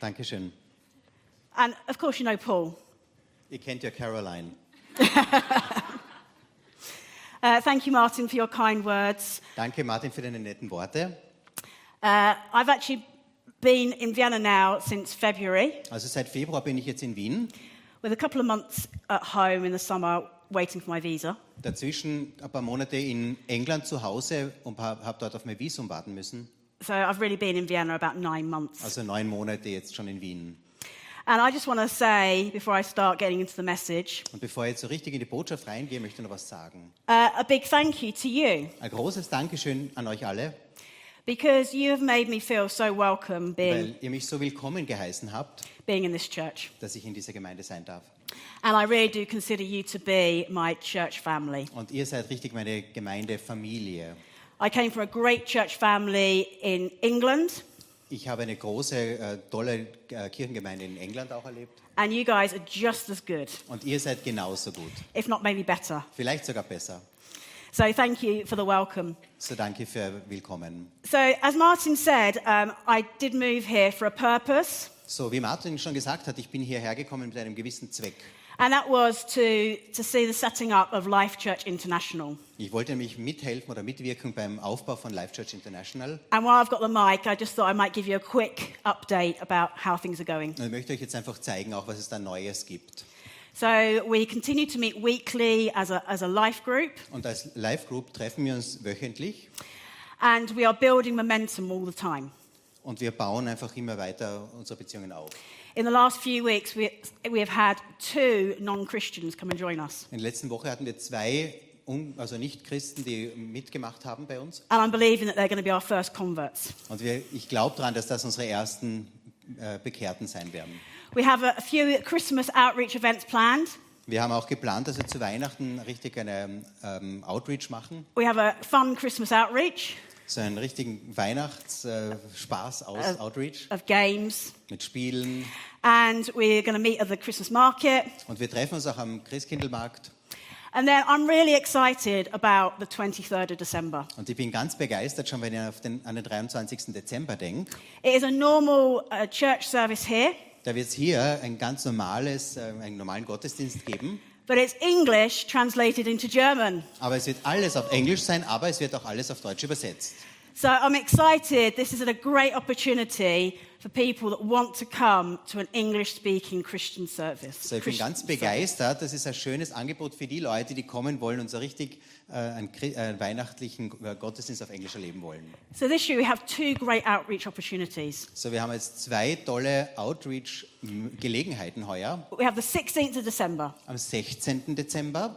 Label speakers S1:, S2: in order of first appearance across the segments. S1: Dankeschön.
S2: And of course, you know Paul.
S1: Ihr kennt ja Caroline.
S2: Uh, thank you, Martin, for your kind words.
S1: Danke, Martin, für deine netten Worte.
S2: Uh, I've actually been in Vienna now since February,
S1: Also seit Februar bin ich jetzt in Wien.
S2: with a couple of months at home in the summer waiting for my visa.
S1: Dazwischen ein paar Monate in England zu Hause und habe hab dort auf mein Visum warten müssen.
S2: So I've really been in Vienna about nine months.
S1: Also neun Monate jetzt schon in Wien.
S2: And I just want to say, before I start getting into the message,
S1: Und bevor ich jetzt so richtig in die Botschaft reingehe, möchte ich noch was sagen.
S2: uh, a big thank you to you
S1: Ein großes Dankeschön an euch alle,
S2: because you have made me feel so welcome being,
S1: weil ihr mich so willkommen geheißen habt,
S2: being in this church.
S1: dass ich in dieser Gemeinde sein darf.
S2: And I really do consider you to be my church family.
S1: Und ihr seid richtig meine Gemeindefamilie.
S2: I came from a great church family in England,
S1: Ich habe eine große, äh, tolle äh, Kirchengemeinde in England auch erlebt.
S2: and you guys are just as good,
S1: Und ihr seid genauso gut.
S2: if not maybe better.
S1: Vielleicht sogar besser.
S2: So thank you for the welcome.
S1: So danke für Willkommen.
S2: So, as Martin said, um, I did move here for a purpose,
S1: So, wie Martin schon gesagt hat, ich bin hierher gekommen mit einem gewissen Zweck.
S2: and that was to, to see the setting up of Life Church International.
S1: Ich wollte nämlich mithelfen oder mitwirken beim Aufbau von Life Church International.
S2: And while I've got the mic, I just thought I might give you a quick update about how things are going.
S1: Und ich möchte euch jetzt einfach zeigen, auch was es da Neues gibt.
S2: So, we continue to meet weekly as a, as a life group,
S1: Und als Live Group treffen wir uns wöchentlich
S2: and we are building momentum all the time.
S1: und wir bauen einfach immer weiter unsere Beziehungen auf.
S2: In the last few weeks, we, we have had two non Christians come and join us.
S1: In der letzten Woche hatten wir zwei, Un- also Nicht-Christen, die mitgemacht haben bei uns.
S2: And I'm believing that they're going to be our first converts.
S1: Und wir, ich glaube daran, dass das unsere ersten äh, Bekehrten sein werden.
S2: We have a, a few Christmas outreach events planned.
S1: Wir haben auch geplant, dass wir zu Weihnachten richtig eine ähm, Outreach machen,
S2: We have a fun Christmas outreach
S1: so einen richtigen Weihnachtsspaß aus Outreach
S2: of games.
S1: mit Spielen.
S2: And we're going to meet at the Christmas market.
S1: Und wir treffen uns auch am Christkindlmarkt.
S2: And then I'm really excited about the 23rd of December.
S1: Und ich bin ganz begeistert, schon wenn ich auf den, an den 23. Dezember denke.
S2: It is a normal uh, church service here,
S1: Da wird es hier ein ganz normales, äh, einen normalen Gottesdienst geben.
S2: but it's English translated into German.
S1: Aber es wird alles auf Englisch sein, aber es wird auch alles auf Deutsch übersetzt.
S2: So I'm excited. This is a great opportunity for people that want to come to an English speaking Christian service.
S1: So, ich bin
S2: Christian
S1: ganz
S2: service.
S1: begeistert. Das ist ein schönes Angebot für die Leute, die kommen wollen und so richtig äh, einen, Chri- äh, einen weihnachtlichen äh, Gottesdienst auf Englisch erleben wollen.
S2: So this year we have two great outreach opportunities.
S1: So, wir haben jetzt zwei tolle Outreach-Gelegenheiten heuer.
S2: We have the 16th of December
S1: Am 16. Dezember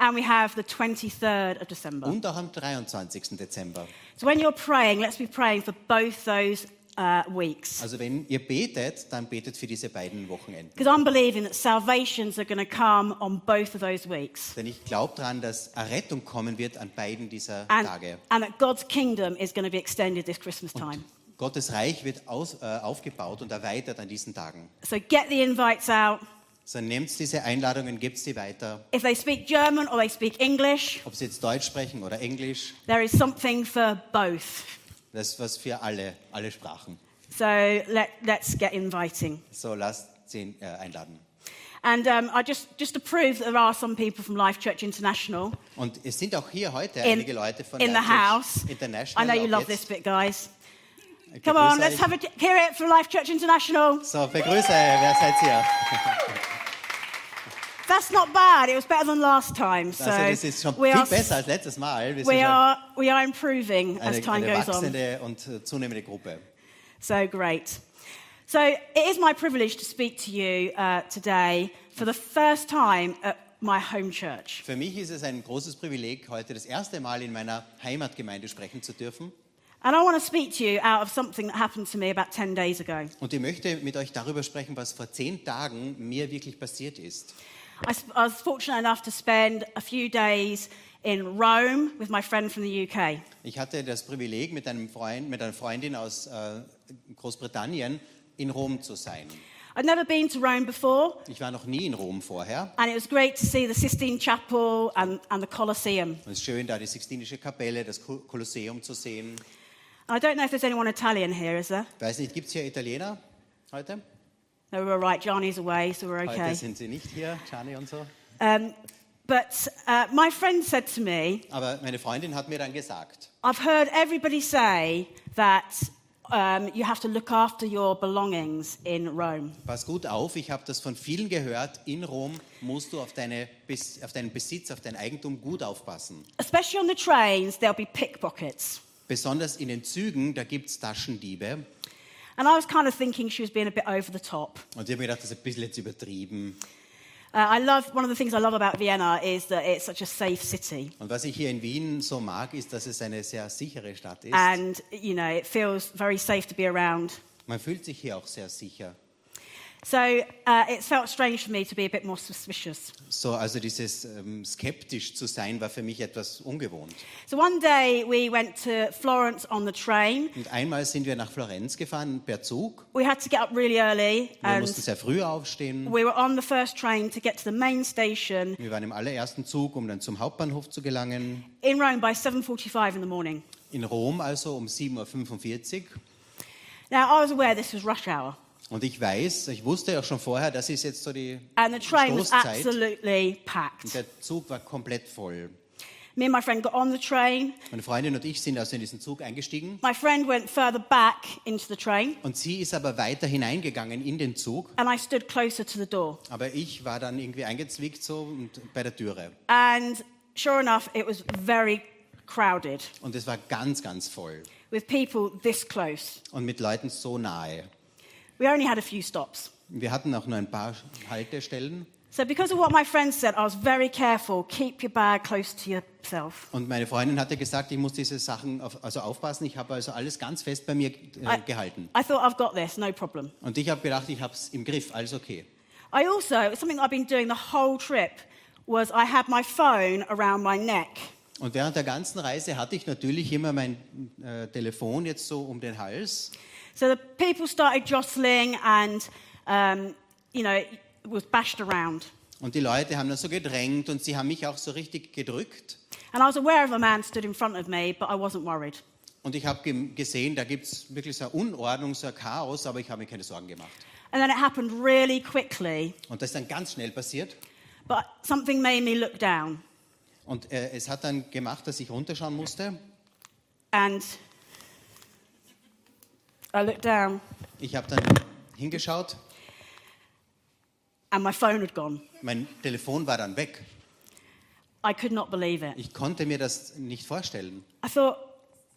S2: and we have the 23rd of December.
S1: und auch am 23. Dezember.
S2: So when you're praying, let's be praying for both those uh, weeks.
S1: Also wenn ihr betet, dann betet für diese beiden Wochenenden.
S2: Because I'm believing that salvations are going to come on both of those weeks.
S1: Denn ich glaube daran, dass Errettung kommen wird an beiden dieser
S2: And,
S1: Tage.
S2: and that God's kingdom is going to be extended this Christmas time.
S1: Gottes Reich wird aus, äh, aufgebaut und erweitert an diesen Tagen.
S2: So get the invites out.
S1: So nehmt diese Einladungen, gebt sie weiter.
S2: If they speak German or they speak English,
S1: Ob sie jetzt Deutsch sprechen oder Englisch,
S2: there is something for both.
S1: das ist was für alle, alle Sprachen.
S2: So let, let's get inviting.
S1: So lasst sie äh, einladen.
S2: And um, I just, just to prove that there are some people from Life Church International
S1: Und es sind auch hier heute
S2: in,
S1: einige Leute von
S2: in the
S1: Life Church
S2: house. I
S1: International.
S2: know you
S1: auch
S2: love
S1: jetzt.
S2: this bit, guys.
S1: Ich
S2: Come on,
S1: begrüße
S2: let's
S1: euch.
S2: have a hear it for Life Church International.
S1: So, begrüße, wer seid ihr? Also,
S2: That's not bad. It was better than last time. So
S1: also das ist schon
S2: we
S1: viel
S2: are,
S1: besser als letztes Mal. Wir
S2: we
S1: sind schon
S2: are we are improving as
S1: eine,
S2: time
S1: eine
S2: goes on.
S1: wachsende und äh, zunehmende Gruppe.
S2: So great. So it is my privilege to speak to you uh, today for the first time at my home church.
S1: Für mich ist es ein großes Privileg, heute das erste Mal in meiner Heimatgemeinde sprechen zu dürfen.
S2: And I want to speak to you out of something that happened to me about 10 days ago.
S1: Und ich möchte mit euch darüber sprechen, was vor zehn Tagen mir wirklich passiert ist.
S2: I, s- I was fortunate enough to spend a few days in Rome with my friend from the UK.
S1: Ich hatte das Privileg, mit, einem Freund, mit einer Freundin aus äh, Großbritannien in Rom zu sein.
S2: I'd never been to Rome before,
S1: Ich war noch nie in Rom vorher.
S2: and it was great to see the Sistine Chapel and, and the Colosseum.
S1: Und es ist schön, da die Sixtinische Kapelle, das Ko- Kolosseum zu sehen.
S2: I don't know if there's anyone Italian here, is there?
S1: Weiß nicht, gibt es hier Italiener? heute.
S2: No, we're all right. Johnny's away, so we're
S1: Heute
S2: okay.
S1: sind sie nicht hier, Chani und so.
S2: Um, but uh, my friend said to me,
S1: Aber meine Freundin hat mir dann gesagt,
S2: I've heard everybody say that um, you have to look after your belongings in Rome.
S1: pass gut auf, ich habe das von vielen gehört, in Rom musst du auf, deine, Bes- auf deinen Besitz, auf dein Eigentum gut aufpassen.
S2: Especially on the trains, there'll be pickpockets.
S1: Besonders in den Zügen, da gibt es Taschendiebe.
S2: And I was kind of thinking she was being a bit over the top.
S1: Und ich habe mir gedacht, das ist ein bisschen jetzt übertrieben.
S2: Uh, I love, one of the things I love about Vienna is that it's such a safe city.
S1: Und was ich hier in Wien so mag, ist, dass es eine sehr sichere Stadt ist.
S2: And, you know, it feels very safe to be around.
S1: Man fühlt sich hier auch sehr sicher.
S2: So uh, it felt strange for me to be a bit more suspicious.
S1: So, also dieses ähm, skeptisch zu sein, war für mich etwas ungewohnt.
S2: So one day we went to Florence on the train.
S1: Und einmal sind wir nach Florenz gefahren per Zug.
S2: We had to get up really early
S1: Wir
S2: and
S1: mussten sehr früh aufstehen.
S2: we were on the first train to get to the main station
S1: Wir waren im allerersten Zug, um dann zum Hauptbahnhof zu gelangen.
S2: in Rome by 7:45 in the morning.
S1: In Rom also um 7.45 Uhr.
S2: Now I was aware this was rush hour
S1: Und ich weiß, ich wusste auch schon vorher, das ist jetzt so die
S2: and the train was
S1: Stoßzeit.
S2: absolutely packed.
S1: Der Zug war komplett voll.
S2: Me and my friend got on the train.
S1: Meine Freundin und ich sind also in diesen Zug eingestiegen.
S2: My friend went further back into the train
S1: Und sie ist aber weiter hineingegangen in den Zug.
S2: and I stood closer to the door.
S1: Aber ich war dann irgendwie eingezwickt so und bei der Türe.
S2: And sure enough it was very crowded
S1: Und es war ganz, ganz voll.
S2: with people this close.
S1: Und mit Leuten so nahe.
S2: We only had a few stops.
S1: Wir hatten auch nur ein paar Haltestellen.
S2: So, because of what my friend said, I was very careful. Keep your bag close to yourself.
S1: Und meine Freundin hatte gesagt, ich muss diese Sachen auf, also aufpassen. Ich habe also alles ganz fest bei mir äh, gehalten.
S2: I thought, I've got this, no problem.
S1: Und ich habe gedacht, ich habe es im Griff, alles okay.
S2: I also, something I've been doing the whole trip was I had my phone around my neck.
S1: Und während der ganzen Reise hatte ich natürlich immer mein äh, Telefon jetzt so um den Hals.
S2: So the people started jostling and, um, you know, it was bashed around.
S1: Und die Leute haben dann so gedrängt und sie haben mich auch so richtig gedrückt.
S2: And I was aware of a man stood in front of me, but I wasn't worried.
S1: Und ich habe ge- gesehen, da gibt es wirklich so eine Unordnung, so ein Chaos, aber ich habe mir keine Sorgen gemacht.
S2: And then it happened really quickly,
S1: Und das ist dann ganz schnell passiert.
S2: but something made me look down.
S1: Und äh, es hat dann gemacht, dass ich runterschauen musste.
S2: And I looked down,
S1: Ich habe dann hingeschaut,
S2: and my phone had gone.
S1: mein Telefon war dann weg.
S2: I could not believe it.
S1: Ich konnte mir das nicht vorstellen.
S2: I thought,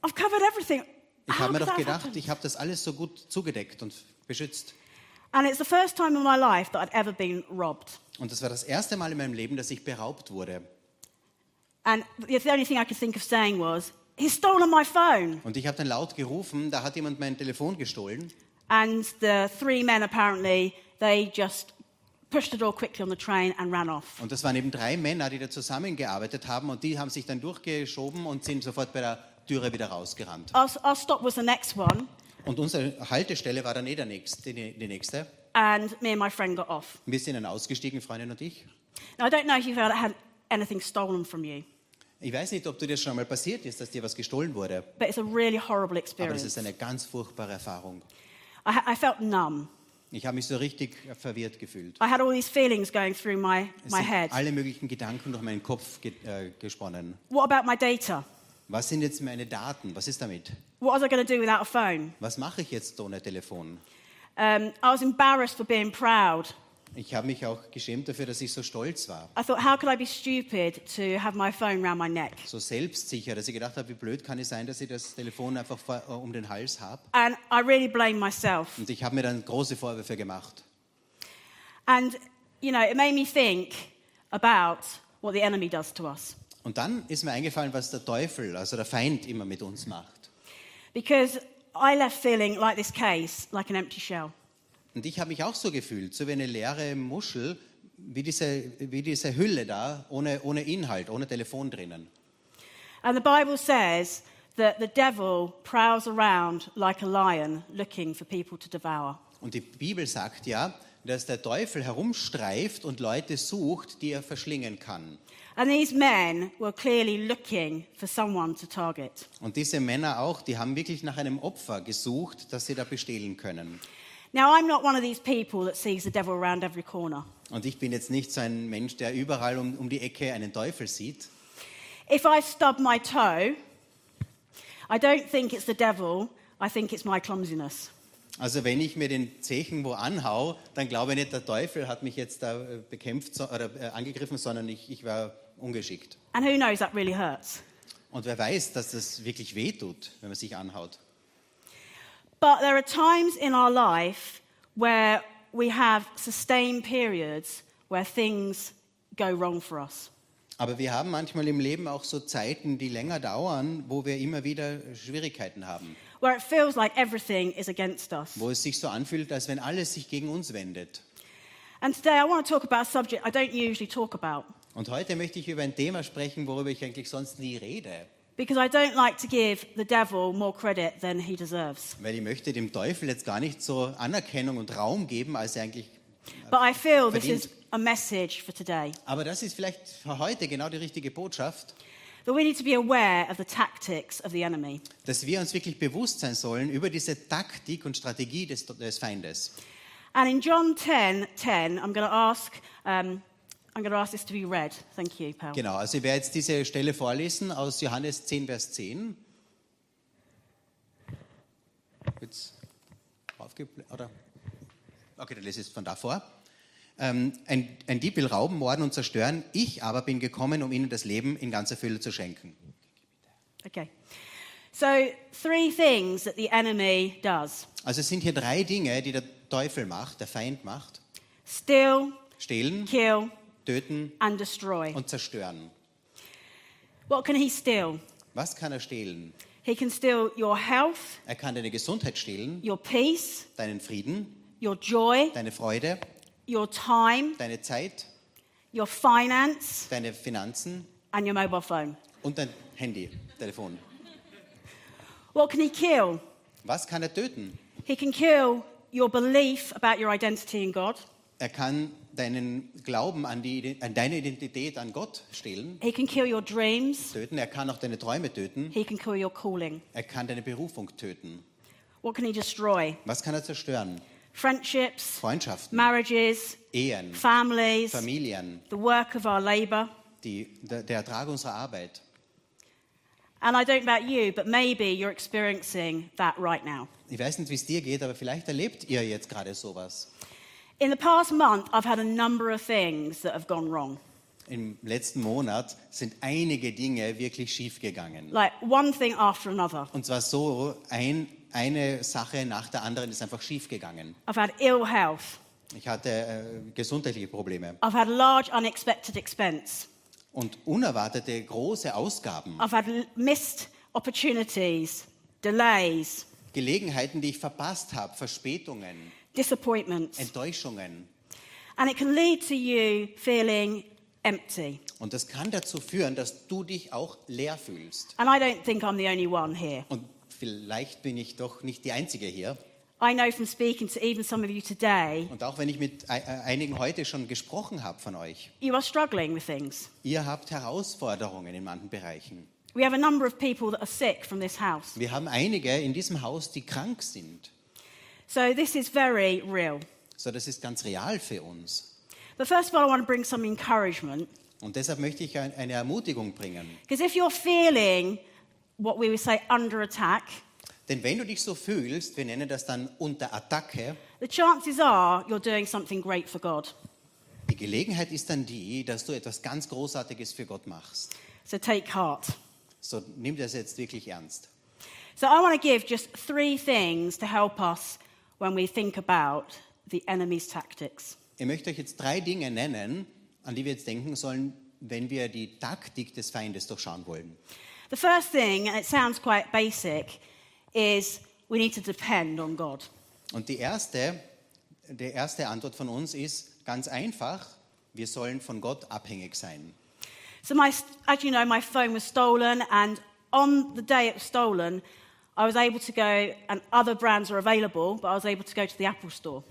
S2: I've covered everything.
S1: Ich
S2: How
S1: habe mir
S2: could
S1: doch
S2: that have
S1: gedacht,
S2: happened?
S1: ich habe das alles so gut zugedeckt und beschützt.
S2: And it's the first time in my life that I'd ever been robbed.
S1: Und das war das erste Mal in meinem Leben, dass ich beraubt wurde.
S2: And the the only thing I could think of saying was, he's stolen my phone.
S1: Und ich habe dann laut gerufen, da hat jemand mein Telefon gestohlen.
S2: And the three men apparently, they just pushed the door quickly on the train and ran off.
S1: Und das waren eben drei Männer, die da zusammengearbeitet haben und die haben sich dann durchgeschoben und sind sofort bei der Türe wieder rausgerannt.
S2: Our, our stop was the next one,
S1: Und unsere Haltestelle war dann eh der nächste, die, die nächste.
S2: and me and my friend got off.
S1: Wir sind dann ausgestiegen, Freundin und ich.
S2: Now, I don't know if you've ever had anything stolen from you,
S1: Ich weiß nicht, ob dir das schon einmal passiert ist, dass dir was gestohlen wurde,
S2: but it's a really
S1: aber
S2: horrible experience.
S1: das ist eine ganz furchtbare Erfahrung.
S2: I, I felt numb.
S1: Ich habe mich so richtig äh, verwirrt gefühlt.
S2: I had all these feelings going through my,
S1: Es
S2: my
S1: sind
S2: head.
S1: alle möglichen Gedanken durch meinen Kopf ge äh, gesponnen.
S2: What about my data?
S1: Was sind jetzt meine Daten? Was ist damit?
S2: What was I going to do without a phone?
S1: Was mache ich jetzt ohne Telefon?
S2: Um, I was embarrassed for being proud.
S1: Ich habe mich auch geschämt dafür, dass ich so stolz war.
S2: I thought, how could I be stupid to have my phone round my neck?
S1: So selbstsicher, dass ich gedacht habe, wie blöd kann es sein, dass ich das Telefon einfach vor, äh, um den Hals habe.
S2: And I really blamed myself.
S1: Und ich habe mir dann große Vorwürfe gemacht.
S2: And, you know, it made me think about what the enemy does to us.
S1: Und dann ist mir eingefallen, was der Teufel, also der Feind, immer mit uns macht.
S2: Because I left feeling like this case, like an empty shell.
S1: Und ich habe mich auch so gefühlt, so wie eine leere Muschel, wie diese, wie diese Hülle da, ohne, ohne Inhalt, ohne Telefon drinnen.
S2: And the Bible says that the devil prowls around like a lion looking for people to devour.
S1: Und die Bibel sagt ja, dass der Teufel herumstreift und Leute sucht, die er verschlingen kann.
S2: And these men were clearly looking for someone to target.
S1: Und diese Männer auch, die haben wirklich nach einem Opfer gesucht, das sie da bestehlen können.
S2: Now, I'm not one of these people that sees the devil around every corner.
S1: Und ich bin jetzt nicht so ein Mensch, der überall um, um die Ecke einen Teufel sieht.
S2: If I stub my toe, I don't think it's the devil, I think it's my clumsiness.
S1: Also wenn ich mir den Zechen wo anhau, dann glaube ich nicht, der Teufel hat mich jetzt da äh, bekämpft so- oder äh, angegriffen, sondern ich, ich war ungeschickt.
S2: And who knows, that really hurts.
S1: Und wer weiß, dass das wirklich weh tut, wenn man sich anhaut.
S2: But there are times in our life where we have sustained periods where things go wrong for us.
S1: Aber wir haben manchmal im Leben auch so Zeiten, die länger dauern, wo wir immer wieder Schwierigkeiten haben,
S2: where it feels like everything is against us.
S1: wo es sich so anfühlt, als wenn alles sich gegen uns wendet.
S2: And today I want to talk about a subject I don't usually talk about
S1: Und heute möchte ich über ein Thema sprechen, worüber ich eigentlich sonst nie rede,
S2: because I don't like to give the devil more credit than he deserves.
S1: weil ich möchte dem Teufel jetzt gar nicht so Anerkennung und Raum geben, als er eigentlich.
S2: But I feel this
S1: Verdient.
S2: is a message for today
S1: Aber das ist vielleicht für heute genau die richtige Botschaft,
S2: that we need to be aware of the tactics of the enemy.
S1: dass wir uns wirklich bewusst sein sollen über diese Taktik und Strategie des, des Feindes.
S2: And in John 10:10, I'm going to ask. Um, I'm going to ask this to be read. Thank you, Pal.
S1: Genau, also ich werde jetzt diese Stelle vorlesen aus Johannes 10, Vers 10. Jetzt aufgebl- oder? Okay, dann lese ich es von da vor. Ähm, ein, ein Dieb will rauben, morden und zerstören. Ich aber bin gekommen, um ihnen das Leben in ganzer Fülle zu schenken.
S2: Okay. So, three things that the enemy does
S1: Also es sind hier drei Dinge, die der Teufel macht, der Feind macht.
S2: steal,
S1: Stehlen,
S2: kill,
S1: töten
S2: and destroy.
S1: und zerstören.
S2: What can he steal?
S1: Was kann er stehlen?
S2: He can steal your health,
S1: Er kann deine Gesundheit stehlen,
S2: your peace,
S1: deinen Frieden,
S2: your joy,
S1: deine Freude,
S2: your time,
S1: deine Zeit,
S2: your finance,
S1: deine Finanzen
S2: and your mobile phone.
S1: und dein Handy, Telefon.
S2: What can he kill?
S1: Was kann er töten?
S2: He can kill your belief about your identity in God.
S1: Er kann deinen Glauben an, die, an deine Identität an Gott stehlen,
S2: He can kill your dreams.
S1: töten. Er kann auch deine Träume töten.
S2: He can kill your calling.
S1: Er kann deine Berufung töten.
S2: What can he destroy?
S1: Was kann er zerstören?
S2: Friendships,
S1: Freundschaften,
S2: marriages,
S1: Ehen,
S2: families,
S1: Familien,
S2: the work of our labor.
S1: die, der, der Ertrag unserer Arbeit.
S2: And I don't know about you, but maybe you're experiencing that right now.
S1: Ich weiß nicht, wie es dir geht, aber vielleicht erlebt ihr jetzt gerade sowas.
S2: In the past month, I've had a number of things that have gone wrong.
S1: Im letzten Monat sind einige Dinge wirklich schiefgegangen.
S2: like one thing after another.
S1: Und zwar so, ein, eine Sache nach der anderen ist einfach schiefgegangen.
S2: I've had ill health.
S1: Ich hatte äh, gesundheitliche Probleme
S2: I've had large unexpected expense.
S1: und unerwartete große Ausgaben,
S2: I've had l- missed opportunities, delays,
S1: Gelegenheiten, die ich verpasst habe, Verspätungen,
S2: disappointments.
S1: Enttäuschungen.
S2: And it can lead to you feeling empty.
S1: Und das kann dazu führen, dass du dich auch leer fühlst.
S2: And I don't think I'm the only one here.
S1: Und vielleicht bin ich doch nicht die Einzige hier.
S2: I know from speaking to even some of you today,
S1: Und auch wenn ich mit ei- äh, einigen heute schon gesprochen habe von euch,
S2: you are struggling with things.
S1: ihr habt Herausforderungen in manchen Bereichen.
S2: We have a number of people that are sick from this house.
S1: Wir haben einige in diesem Haus, die krank sind.
S2: So this is very real.
S1: So, das ist ganz real für uns.
S2: But first of all, I want to bring some encouragement
S1: Und deshalb möchte ich ein- eine Ermutigung bringen.
S2: Because if you're feeling what we would say under attack,
S1: Denn wenn du dich so fühlst, wir nennen das dann unter Attacke,
S2: the chances are you're doing something great for God.
S1: die Gelegenheit ist dann die, dass du etwas ganz Großartiges für Gott machst.
S2: So take heart.
S1: So nimm das jetzt wirklich ernst.
S2: So I want to give just three things to help us when we think about the enemy's tactics.
S1: Ich möchte euch jetzt drei Dinge nennen, an die wir jetzt denken sollen, wenn wir die Taktik des Feindes durchschauen wollen.
S2: The first thing, and it sounds quite basic, is we need to depend on God.
S1: Und die erste, die erste Antwort von uns ist ganz einfach, wir sollen von Gott abhängig sein.
S2: So my, as you know, my phone was stolen, and on the day it was stolen, I was able to go, and other brands are available, but I was able to go to the Apple store.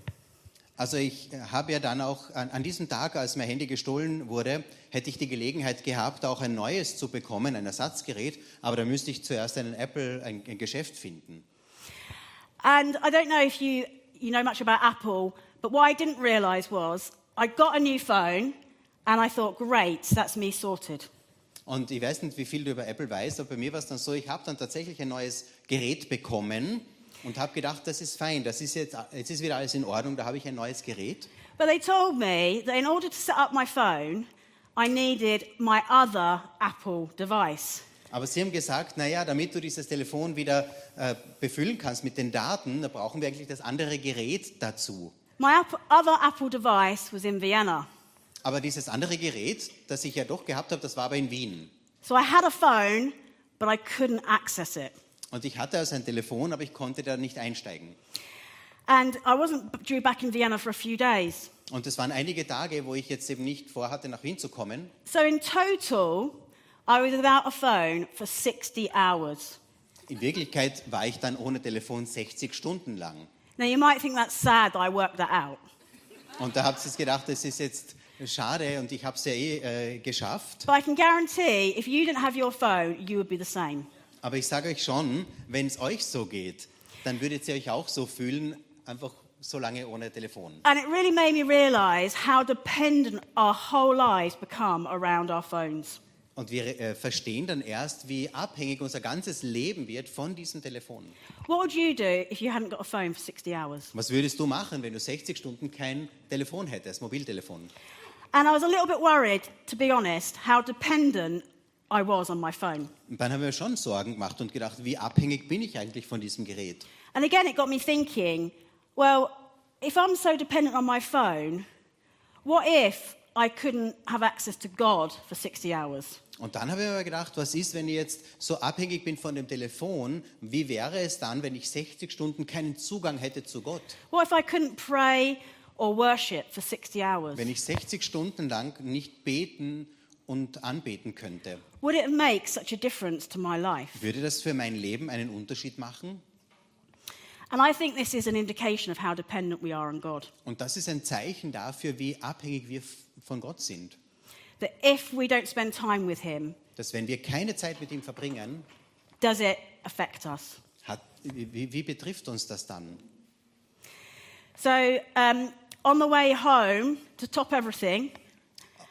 S1: Also ich äh, habe ja dann auch an, an diesem Tag, als mein Handy gestohlen wurde, hätte ich die Gelegenheit gehabt, auch ein neues zu bekommen, ein Ersatzgerät, aber da müsste ich zuerst einen Apple, ein, ein Geschäft finden.
S2: And I don't know if you you know much about Apple, but what I didn't realise was I got a new phone and I thought, great, that's me sorted.
S1: Und ich weiß nicht, wie viel du über Apple weißt, aber bei mir war es dann so, ich habe dann tatsächlich ein neues Gerät bekommen und habe gedacht, das ist fein, das ist jetzt, jetzt ist wieder alles in Ordnung, da habe ich ein neues Gerät.
S2: But they told me that in order to set up my phone, I needed my other Apple device.
S1: Aber sie haben gesagt, naja, damit du dieses Telefon wieder äh, befüllen kannst mit den Daten, da brauchen wir eigentlich das andere Gerät dazu.
S2: My app- other Apple device was in Vienna.
S1: Aber dieses andere Gerät, das ich ja doch gehabt habe, das war aber in Wien.
S2: So I had a phone, but I couldn't access it.
S1: Und ich hatte also ein Telefon, aber ich konnte da nicht einsteigen.
S2: And I wasn't b- due back in Vienna for a few days.
S1: Und es waren einige Tage, wo ich jetzt eben nicht vorhatte, nach Wien zu kommen.
S2: So in total, I was without a phone for 60 hours.
S1: In Wirklichkeit war ich dann ohne Telefon 60 Stunden lang.
S2: Now you might think that's sad that I worked that out.
S1: Und da habt ihr gedacht, das ist jetzt schade und ich habe es ja eh äh, geschafft.
S2: But I can guarantee if you didn't have your phone, you would be the same.
S1: Aber ich sage euch schon, wenn es euch so geht, dann würdet ihr euch auch so fühlen, einfach so lange ohne Telefon.
S2: And it really made me realize how dependent our whole lives become around our phones.
S1: Und wir äh, verstehen dann erst, wie abhängig unser ganzes Leben wird von diesem Telefon.
S2: What would you do if you hadn't got a phone for 60 hours?
S1: Was würdest du machen, wenn du 60 Stunden kein Telefon hättest, Mobiltelefon?
S2: And I was a little bit worried, to be honest, how dependent I was on my phone.
S1: Und dann haben wir schon Sorgen gemacht und gedacht, wie abhängig bin ich eigentlich von diesem Gerät?
S2: And again, it got me thinking well, if I'm so dependent on my phone, what if I couldn't have access to God for 60 hours?
S1: Und dann habe ich mir gedacht, was ist, wenn ich jetzt so abhängig bin von dem Telefon? Wie wäre es dann, wenn ich 60 Stunden keinen Zugang hätte zu Gott?
S2: What if I couldn't pray or worship for 60 hours?
S1: Wenn ich 60 Stunden lang nicht beten und anbeten könnte,
S2: Would it make such a difference to my life?
S1: würde das für mein Leben einen Unterschied machen?
S2: And I think this is an indication of how dependent we are on God.
S1: Und das ist ein Zeichen dafür, wie abhängig wir f- von Gott sind.
S2: That if we don't spend time with Him,
S1: Dass wenn wir keine Zeit mit ihm verbringen,
S2: does it affect us?
S1: hat, wie, wie betrifft uns das dann?
S2: So, um, on the way home, to top everything,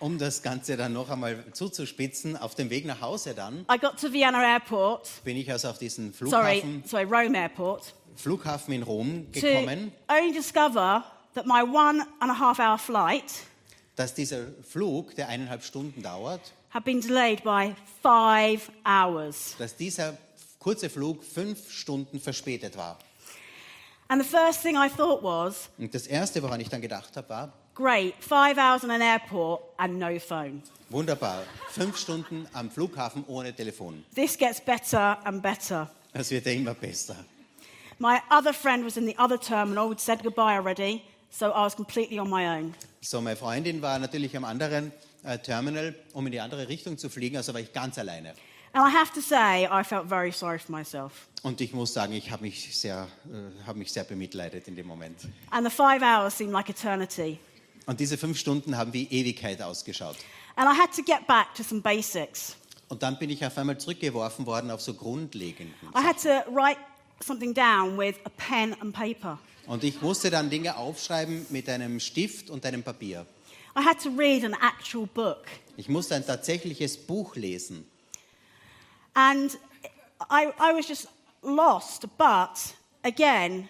S1: Um das Ganze dann noch einmal zuzuspitzen, auf dem Weg nach Hause dann
S2: I got to Vienna Airport.
S1: bin ich also auf diesen
S2: Sorry,
S1: Flughafen,
S2: sorry, Rome Airport.
S1: Flughafen in Rom
S2: to
S1: gekommen,
S2: only discover that my one and a half hour flight
S1: dass dieser Flug, der eineinhalb Stunden dauert,
S2: had been delayed by five hours.
S1: dass dieser kurze Flug fünf Stunden verspätet war.
S2: And the first thing I thought was,
S1: Und das Erste, woran ich dann gedacht habe, war,
S2: great, five hours in an airport and no phone.
S1: wunderbar, fünf Stunden am Flughafen ohne Telefon.
S2: This gets better and better.
S1: Das wird ja immer besser.
S2: My other friend was in the other terminal, we'd said goodbye already, so I was completely on my own.
S1: So, meine Freundin war natürlich am anderen äh, Terminal, um in die andere Richtung zu fliegen, also war ich ganz alleine.
S2: And I have to say, I felt very sorry for myself.
S1: Und ich muss sagen, ich habe mich, sehr, äh, hab mich sehr bemitleidet in dem Moment.
S2: And the five hours seemed like eternity.
S1: Und diese fünf Stunden haben wie Ewigkeit ausgeschaut.
S2: And I had to get back to some basics.
S1: Und dann bin ich auf einmal zurückgeworfen worden auf so Grundlegenden.
S2: I had to write something down with a pen and paper.
S1: Und ich musste dann Dinge aufschreiben mit einem Stift und einem Papier.
S2: I had to read an actual book.
S1: Ich musste ein tatsächliches Buch lesen.
S2: And I, I was just lost. But again,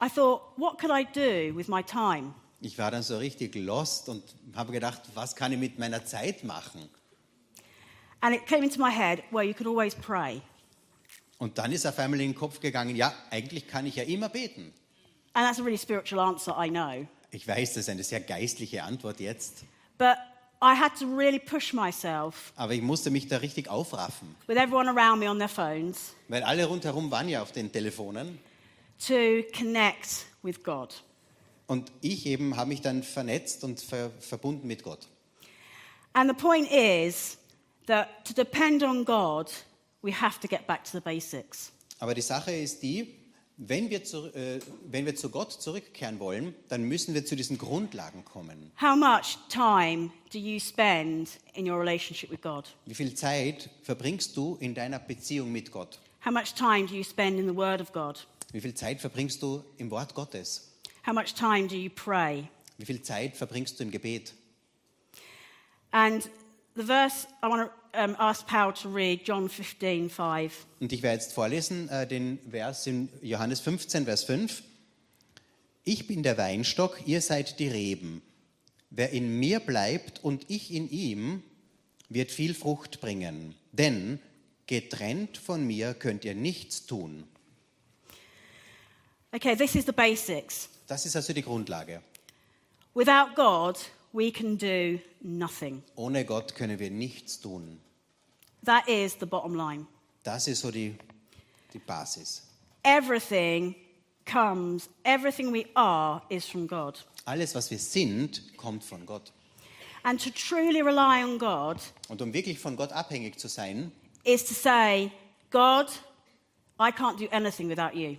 S2: I thought, what could I do with my time?
S1: Ich war dann so richtig lost und habe gedacht, was kann ich mit meiner Zeit machen?
S2: And it came into my head, well, you could always pray.
S1: Und dann ist auf einmal in den Kopf gegangen, ja, eigentlich kann ich ja immer beten.
S2: And that's a really spiritual answer, I know.
S1: Ich weiß, das ist eine sehr geistliche Antwort jetzt,
S2: But I had to really push myself
S1: aber ich musste mich da richtig aufraffen.
S2: with everyone around me on their phones
S1: Weil alle rundherum waren ja auf den Telefonen.
S2: to connect with God.
S1: Und ich eben habe mich dann vernetzt und ver verbunden mit Gott.
S2: And the point is that to depend on God, we have to get back to the basics.
S1: Aber die Sache ist die, wenn wir, zu, äh, wenn wir zu Gott zurückkehren wollen, dann müssen wir zu diesen Grundlagen kommen.
S2: How much time do you spend in your relationship with God?
S1: Wie viel Zeit verbringst du in deiner Beziehung mit Gott?
S2: How much time do you spend in the Word of God?
S1: Wie viel Zeit verbringst du im Wort Gottes?
S2: How much time do you pray?
S1: Wie viel Zeit verbringst du im Gebet?
S2: And the verse I want to um, ask Paul to read, John 15:5.
S1: Und ich werde jetzt vorlesen äh, den Vers in Johannes 15, Vers 5. Ich bin der Weinstock, ihr seid die Reben. Wer in mir bleibt und ich in ihm, wird viel Frucht bringen. Denn getrennt von mir könnt ihr nichts tun.
S2: Okay, this is the basics.
S1: Das ist also die Grundlage.
S2: Without God, we can do nothing.
S1: Ohne Gott können wir nichts tun.
S2: That is the bottom line.
S1: Das ist so die, die Basis.
S2: Everything comes, everything we are is from God.
S1: Alles, was wir sind, kommt von Gott.
S2: And to truly rely on God
S1: Und um wirklich von Gott abhängig zu sein,
S2: is to say, God, I can't do anything without you.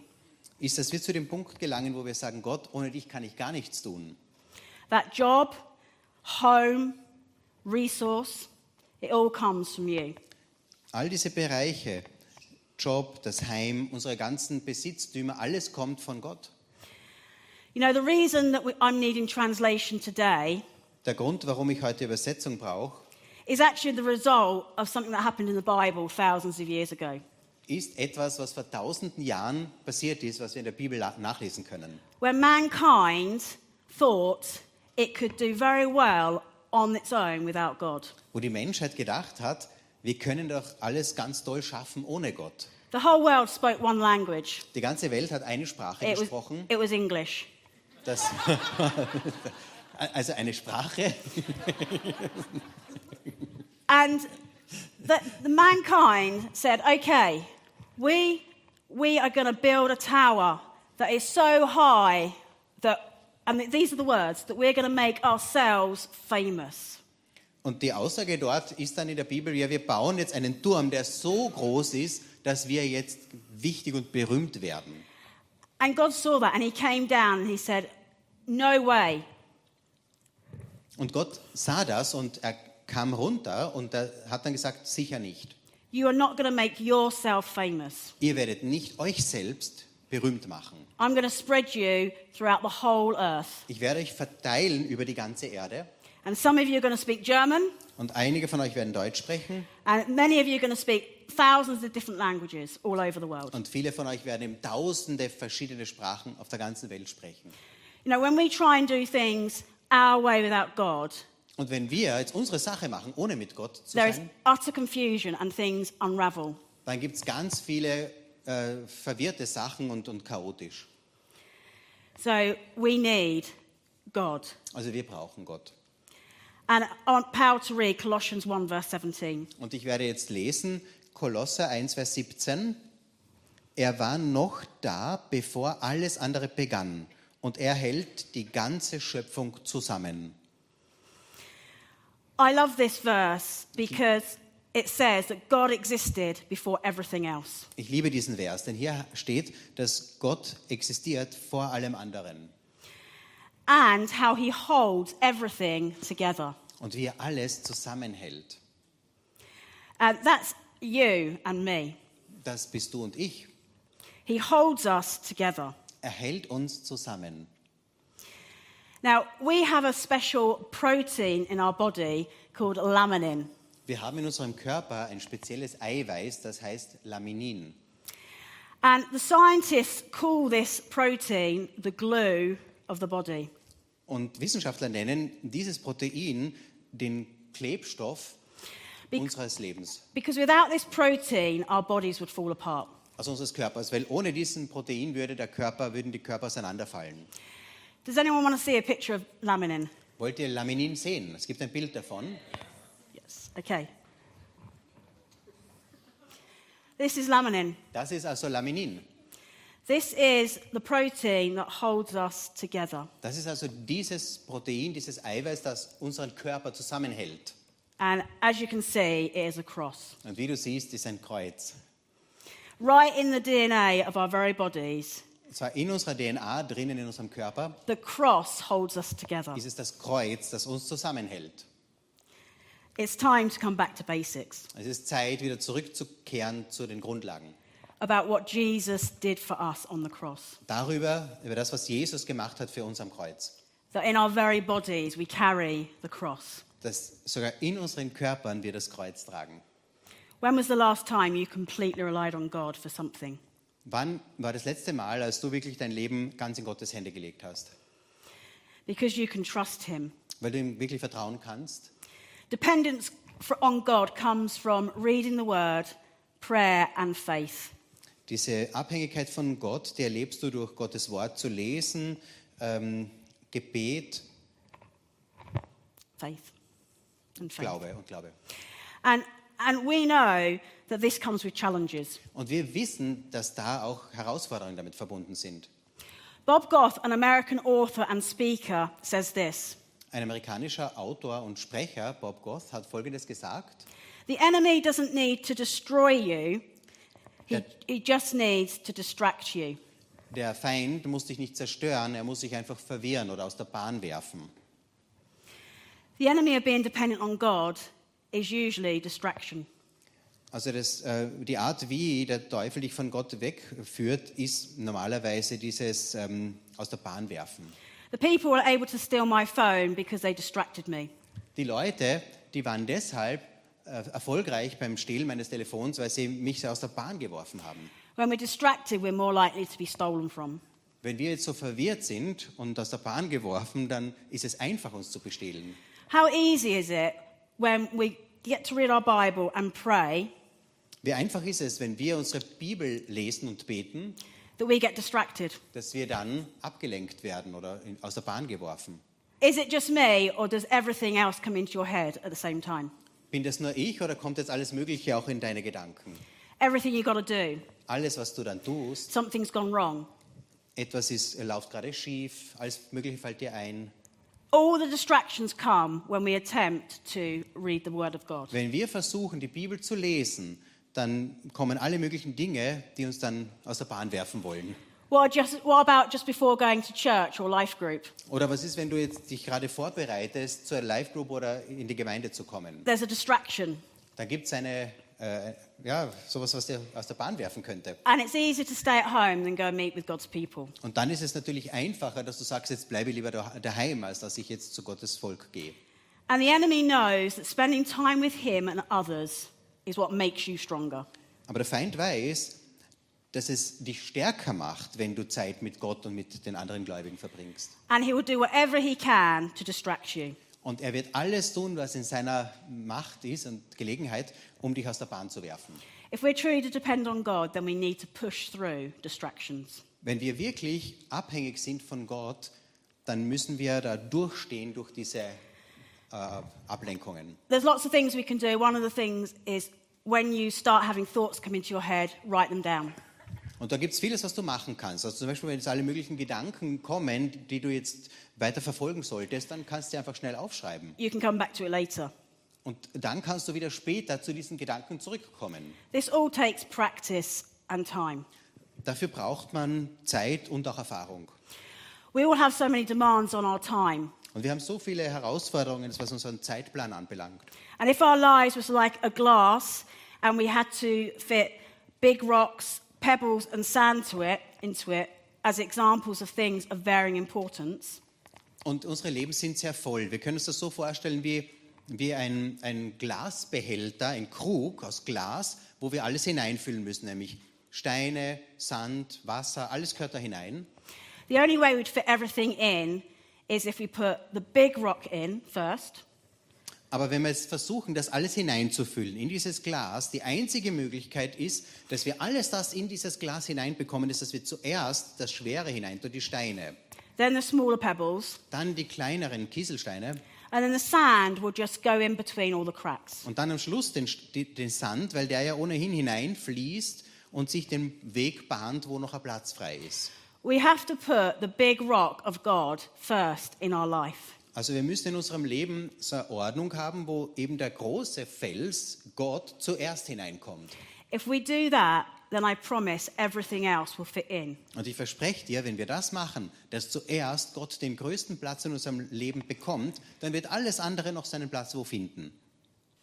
S1: ist, dass wir zu dem Punkt gelangen, wo wir sagen, Gott, ohne dich kann ich gar nichts tun.
S2: That job, home, resource, it all comes from you.
S1: All diese Bereiche, Job, das Heim, unsere ganzen Besitztümer, alles kommt von Gott.
S2: You know, the reason that we, I'm needing translation today
S1: Der Grund, warum ich heute Übersetzung brauche,
S2: is actually the result of something that happened in the Bible thousands of years ago,
S1: ist etwas, was vor tausenden Jahren passiert ist, was wir in der Bibel la- nachlesen können.
S2: where mankind thought it could do very well on its own without God.
S1: Wo die Menschheit gedacht hat, wir können doch alles ganz toll schaffen ohne Gott.
S2: The whole world spoke one language.
S1: Die ganze Welt hat eine Sprache
S2: It was,
S1: gesprochen,
S2: it was English.
S1: das, also eine Sprache,
S2: And the, the mankind said, okay, we, we are going to build a tower that is so high that, and these are the words, that we're going to make ourselves famous.
S1: Und die Aussage dort ist dann in der Bibel, ja, wir bauen jetzt einen Turm, der so groß ist, dass wir jetzt wichtig und berühmt werden.
S2: And God saw that and he came down and he said, no way.
S1: Und Gott sah das und er kam runter und er hat dann gesagt, sicher nicht.
S2: You are not going to make yourself famous.
S1: Ihr werdet nicht euch selbst berühmt machen.
S2: I'm going to spread you throughout the whole earth.
S1: Ich werde euch verteilen über die ganze Erde
S2: And some of you are going to speak German,
S1: und einige von euch werden Deutsch sprechen
S2: and many of you are going to speak thousands of different languages all over the world.
S1: und viele von euch werden eben tausende verschiedene Sprachen auf der ganzen Welt sprechen.
S2: You know, when we try and do things our way without God,
S1: Und wenn wir jetzt unsere Sache machen, ohne mit Gott zu
S2: there is
S1: sein,
S2: utter confusion and things unravel.
S1: dann gibt es ganz viele äh, verwirrte Sachen und, und chaotisch.
S2: So we need God.
S1: Also wir brauchen Gott.
S2: And I want Paul to read Colossians 1, verse 17.
S1: Und ich werde jetzt lesen, Kolosser 1, Vers 17. Er war noch da, bevor alles andere begann. Und er hält die ganze Schöpfung zusammen.
S2: I love this verse because it says that God existed before everything else.
S1: Ich liebe diesen Vers, denn hier steht, dass Gott existiert vor allem anderen.
S2: and how he holds everything together.
S1: Und wie er alles zusammenhält.
S2: And that's you and me.
S1: Das bist du und ich.
S2: He holds us together.
S1: Er hält uns zusammen.
S2: Now, we have a special protein in our body called laminin.
S1: Wir haben in unserem Körper ein spezielles Eiweiß, das heißt Laminin.
S2: And the scientists call this protein the glue of the body.
S1: Und Wissenschaftler nennen dieses Protein den Klebstoff
S2: Bec-
S1: unseres Lebens,
S2: Because without this protein, our bodies would fall apart.
S1: also unseres Körpers, weil ohne diesen Protein würde der Körper, würden die Körper auseinanderfallen.
S2: Does anyone want to see a picture of laminin?
S1: Wollt ihr Laminin sehen? Es gibt ein Bild davon.
S2: Yes. Okay. This is laminin.
S1: Das ist also Laminin.
S2: This is the protein that holds us together.
S1: Das ist also dieses Protein, dieses Eiweiß, das unseren Körper zusammenhält.
S2: And as you can see, it is a cross.
S1: Und wie du siehst, ist ein Kreuz.
S2: Right in the DNA of our very bodies,
S1: Und zwar in unserer DNA, drinnen in unserem Körper,
S2: the cross holds us together.
S1: ist es das Kreuz, das uns zusammenhält.
S2: It's time to come back to basics.
S1: Es ist Zeit, wieder zurückzukehren zu den Grundlagen.
S2: about what Jesus did for us on the cross.
S1: darüber, über das, was Jesus gemacht hat für uns am Kreuz.
S2: That in our very bodies we carry the cross.
S1: Dass sogar in unseren Körpern wir das Kreuz tragen.
S2: When was the last time you completely relied on God for something?
S1: Wann war das letzte Mal, als du wirklich dein Leben ganz in Gottes Hände gelegt hast?
S2: Because you can trust Him.
S1: Weil du ihm wirklich vertrauen kannst?
S2: Dependence fr- on God comes from reading the Word, prayer, and faith.
S1: Diese Abhängigkeit von Gott, die erlebst du durch Gottes Wort zu lesen, ähm, Gebet,
S2: Faith. And faith.
S1: Glaube und Glaube.
S2: And, and we know that this comes with challenges.
S1: Und wir wissen, dass da auch Herausforderungen damit verbunden sind.
S2: Bob Goff, an American author and speaker, says this
S1: Ein amerikanischer Autor und Sprecher, Bob Goff, hat Folgendes gesagt.
S2: The enemy doesn't need to destroy you, he, he just needs to distract you.
S1: Der Feind muss dich nicht zerstören, er muss dich einfach verwirren oder aus der Bahn werfen.
S2: The enemy of being dependent on God is usually distraction.
S1: Also das, äh, die Art, wie der Teufel dich von Gott wegführt, ist normalerweise dieses ähm, aus der Bahn werfen.
S2: The people were able to steal my phone because they distracted me.
S1: Die Leute, die waren deshalb äh, erfolgreich beim Stehlen meines Telefons, weil sie mich aus der Bahn geworfen haben.
S2: When we're distracted, we're more likely to be stolen from.
S1: Wenn wir jetzt so verwirrt sind und aus der Bahn geworfen, dann ist es einfach, uns zu bestehlen.
S2: How easy is it when we get to read our Bible and pray
S1: Wie einfach ist es, wenn wir unsere Bibel lesen und beten,
S2: that we get distracted?
S1: dass wir dann abgelenkt werden oder in, aus der Bahn geworfen?
S2: Is it just me, or does everything else come into your head at the same time?
S1: Bin das nur ich oder kommt jetzt alles Mögliche auch in deine Gedanken?
S2: Everything you got to do,
S1: Alles, was du dann tust,
S2: something's gone wrong.
S1: etwas ist, läuft gerade schief, alles Mögliche fällt dir ein.
S2: All the distractions come when we attempt to read the Word of God.
S1: Wenn wir versuchen, die Bibel zu lesen, dann kommen alle möglichen Dinge, die uns dann aus der Bahn werfen wollen.
S2: What, are just, what about just before going to church or life group?
S1: Oder was ist, wenn du jetzt dich gerade vorbereitest, zur Live Group oder in die Gemeinde zu kommen?
S2: There's a distraction,
S1: Da gibt es eine, äh, ja, sowas, was dir aus der Bahn werfen könnte.
S2: and it's easier to stay at home than go and meet with God's people.
S1: Und dann ist es natürlich einfacher, dass du sagst, jetzt bleibe ich lieber da- daheim, als dass ich jetzt zu Gottes Volk gehe.
S2: And the enemy knows that spending time with him and others is what makes you stronger.
S1: Aber der Feind weiß, dass es dich stärker macht, wenn du Zeit mit Gott und mit den anderen Gläubigen verbringst.
S2: And he will do whatever he can to distract you.
S1: Und er wird alles tun, was in seiner Macht ist und Gelegenheit, um dich aus der Bahn zu werfen.
S2: If we're truly to depend on God, then we need to push through distractions.
S1: Wenn wir wirklich abhängig sind von Gott, dann müssen wir da durchstehen durch diese äh, Ablenkungen.
S2: There's lots of things we can do. One of the things is when you start having thoughts come into your head, write them down.
S1: Und da gibt es vieles, was du machen kannst. Also zum Beispiel, wenn jetzt alle möglichen Gedanken kommen, die du jetzt weiter verfolgen solltest, dann kannst du die einfach schnell aufschreiben.
S2: You can come back to it later.
S1: Und dann kannst du wieder später zu diesen Gedanken zurückkommen.
S2: This all takes practice and time.
S1: Dafür braucht man Zeit und auch Erfahrung.
S2: We all have so many demands on our time.
S1: Und wir haben so viele Herausforderungen, was unseren Zeitplan anbelangt.
S2: And if our lives was like a glass and we had to fit big rocks, pebbles and sand to it into it as examples of things of varying importance,
S1: Und unsere Leben sind sehr voll. Wir können uns das so vorstellen wie, wie ein, ein Glasbehälter, ein Krug aus Glas, wo wir alles hineinfüllen müssen, nämlich Steine, Sand, Wasser, alles gehört da hinein.
S2: the only way we'd fit everything in is if we put the big rock in first
S1: Aber wenn wir jetzt versuchen, das alles hineinzufüllen in dieses Glas, die einzige Möglichkeit ist, dass wir alles das in dieses Glas hineinbekommen, ist, dass wir zuerst das Schwere hineintun, die Steine,
S2: then the smaller pebbles,
S1: dann die kleineren Kieselsteine
S2: and then the sand will just go in between all the cracks.
S1: und dann am Schluss den, den Sand, weil der ja ohnehin hineinfließt und sich den Weg bahnt, wo noch ein Platz frei ist.
S2: We have to put the big rock of God first in our life.
S1: Also wir müssen in unserem Leben so eine Ordnung haben, wo eben der große Fels Gott zuerst hineinkommt.
S2: If we do that, then I promise everything else will fit in.
S1: Und ich verspreche dir, wenn wir das machen, dass zuerst Gott den größten Platz in unserem Leben bekommt, dann wird alles andere noch seinen Platz wo finden.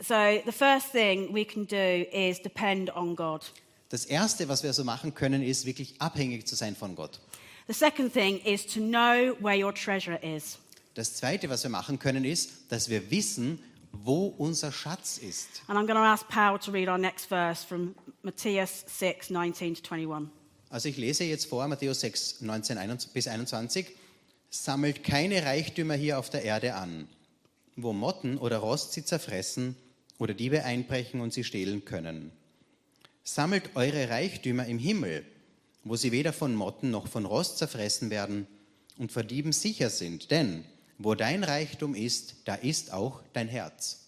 S2: So the first thing we can do is depend on God.
S1: Das Erste, was wir so machen können, ist wirklich abhängig zu sein von Gott.
S2: The second thing is to know where your treasure is.
S1: Das Zweite, was wir machen können, ist, dass wir wissen, wo unser Schatz ist.
S2: And I'm going to ask Paul to read our next verse from Matthias 6 19 to 21.
S1: Also ich lese jetzt vor Matthäus 6, 19 einund- bis 21. Sammelt keine Reichtümer hier auf der Erde an, wo Motten oder Rost sie zerfressen oder Diebe einbrechen und sie stehlen können. Sammelt eure Reichtümer im Himmel, wo sie weder von Motten noch von Rost zerfressen werden und vor Dieben sicher sind. Denn wo dein Reichtum ist, da ist auch dein Herz.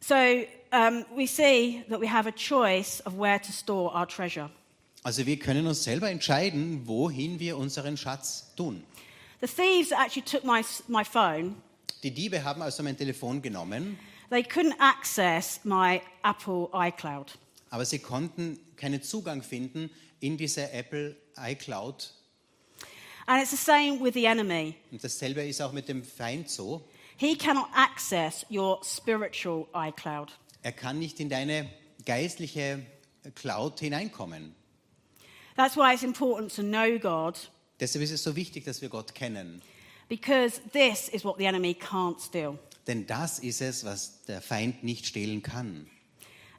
S2: So um, we see that we have a choice of where to store our treasure.
S1: Also wir können uns selber entscheiden, wohin wir unseren Schatz tun.
S2: The thieves actually took my, s- my phone.
S1: Die Diebe haben also mein Telefon genommen,
S2: They couldn't access my Apple iCloud.
S1: aber sie konnten keinen Zugang finden in diese Apple iCloud.
S2: And it's the same with the enemy.
S1: Und dasselbe ist auch mit dem Feind so.
S2: He cannot access your spiritual iCloud.
S1: Er kann nicht in deine geistliche Cloud hineinkommen.
S2: That's why it's important to know God
S1: Deshalb ist es so wichtig, dass wir Gott kennen.
S2: because this is what the enemy can't steal.
S1: Denn das ist es, was der Feind nicht stehlen kann.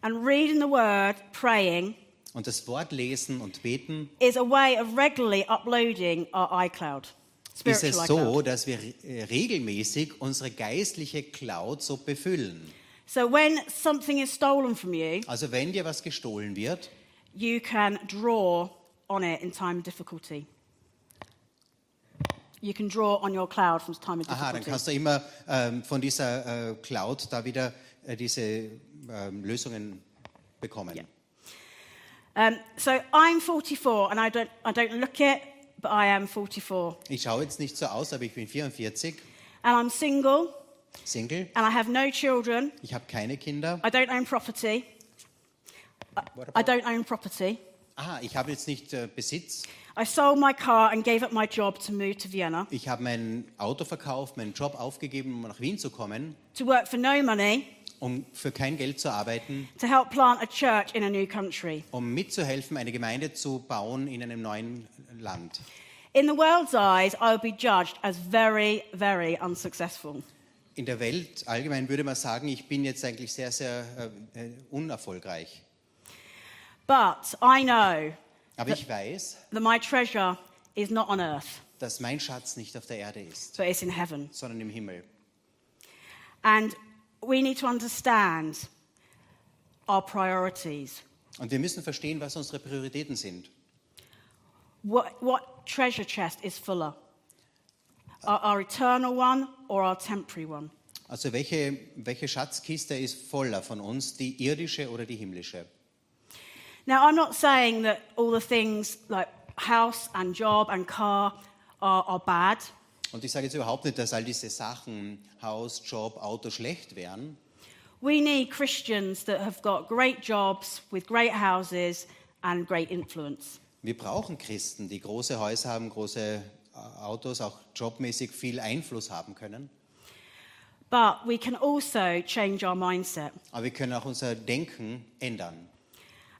S2: And reading the word, praying,
S1: Und das Wort lesen und beten
S2: is a way of regularly uploading our iCloud.
S1: ist
S2: Spiritual
S1: es so,
S2: iCloud.
S1: dass wir äh, regelmäßig unsere geistliche Cloud so befüllen.
S2: So when something is stolen from you,
S1: Also wenn dir was gestohlen wird,
S2: you can draw on it in time of difficulty. You can draw on your cloud from time of
S1: aha,
S2: difficulty.
S1: dann kannst du immer ähm, von dieser äh, Cloud da wieder äh, diese ähm, Lösungen bekommen.
S2: Um, so I'm 44, and I don't, I don't look it, but I am 44.
S1: Ich schaue jetzt nicht so aus, aber ich bin 44,
S2: And I'm single,
S1: Single,
S2: and I have no children.
S1: ich habe keine Kinder.
S2: I don't own property. I don't own property.
S1: Aha, Ah, ich habe jetzt nicht äh, Besitz.
S2: I sold my car and gave up my job to move to Vienna
S1: Ich habe mein Auto verkauft, meinen Job aufgegeben, um nach Wien zu kommen,
S2: to work for no money
S1: um für kein Geld zu arbeiten,
S2: to help plant a church in a new country.
S1: um mitzuhelfen, eine Gemeinde zu bauen in einem neuen Land.
S2: In the world's eyes, I will be judged as very, very unsuccessful.
S1: In der Welt allgemein würde man sagen, ich bin jetzt eigentlich sehr, sehr äh, äh, unerfolgreich.
S2: But I know
S1: Aber ich weiß,
S2: that my treasure is not on earth,
S1: dass mein Schatz nicht auf der Erde ist,
S2: but it's in heaven.
S1: sondern im Himmel.
S2: And we need to understand our priorities.
S1: Und wir müssen verstehen, was unsere Prioritäten sind.
S2: What, what treasure chest is fuller? Our, our eternal one or our temporary one?
S1: Also welche, welche Schatzkiste ist voller von uns, die irdische oder die himmlische?
S2: Now, I'm not saying that all the things like house and job and car are, are bad.
S1: Und ich sage jetzt überhaupt nicht, dass all diese Sachen, Haus, Job, Auto schlecht wären.
S2: We need Christians that have got great jobs with great houses and great influence.
S1: Wir brauchen Christen, die große Häuser haben, große äh, Autos, auch jobmäßig viel Einfluss haben können.
S2: But we can also change our mindset
S1: Aber wir können auch unser Denken ändern.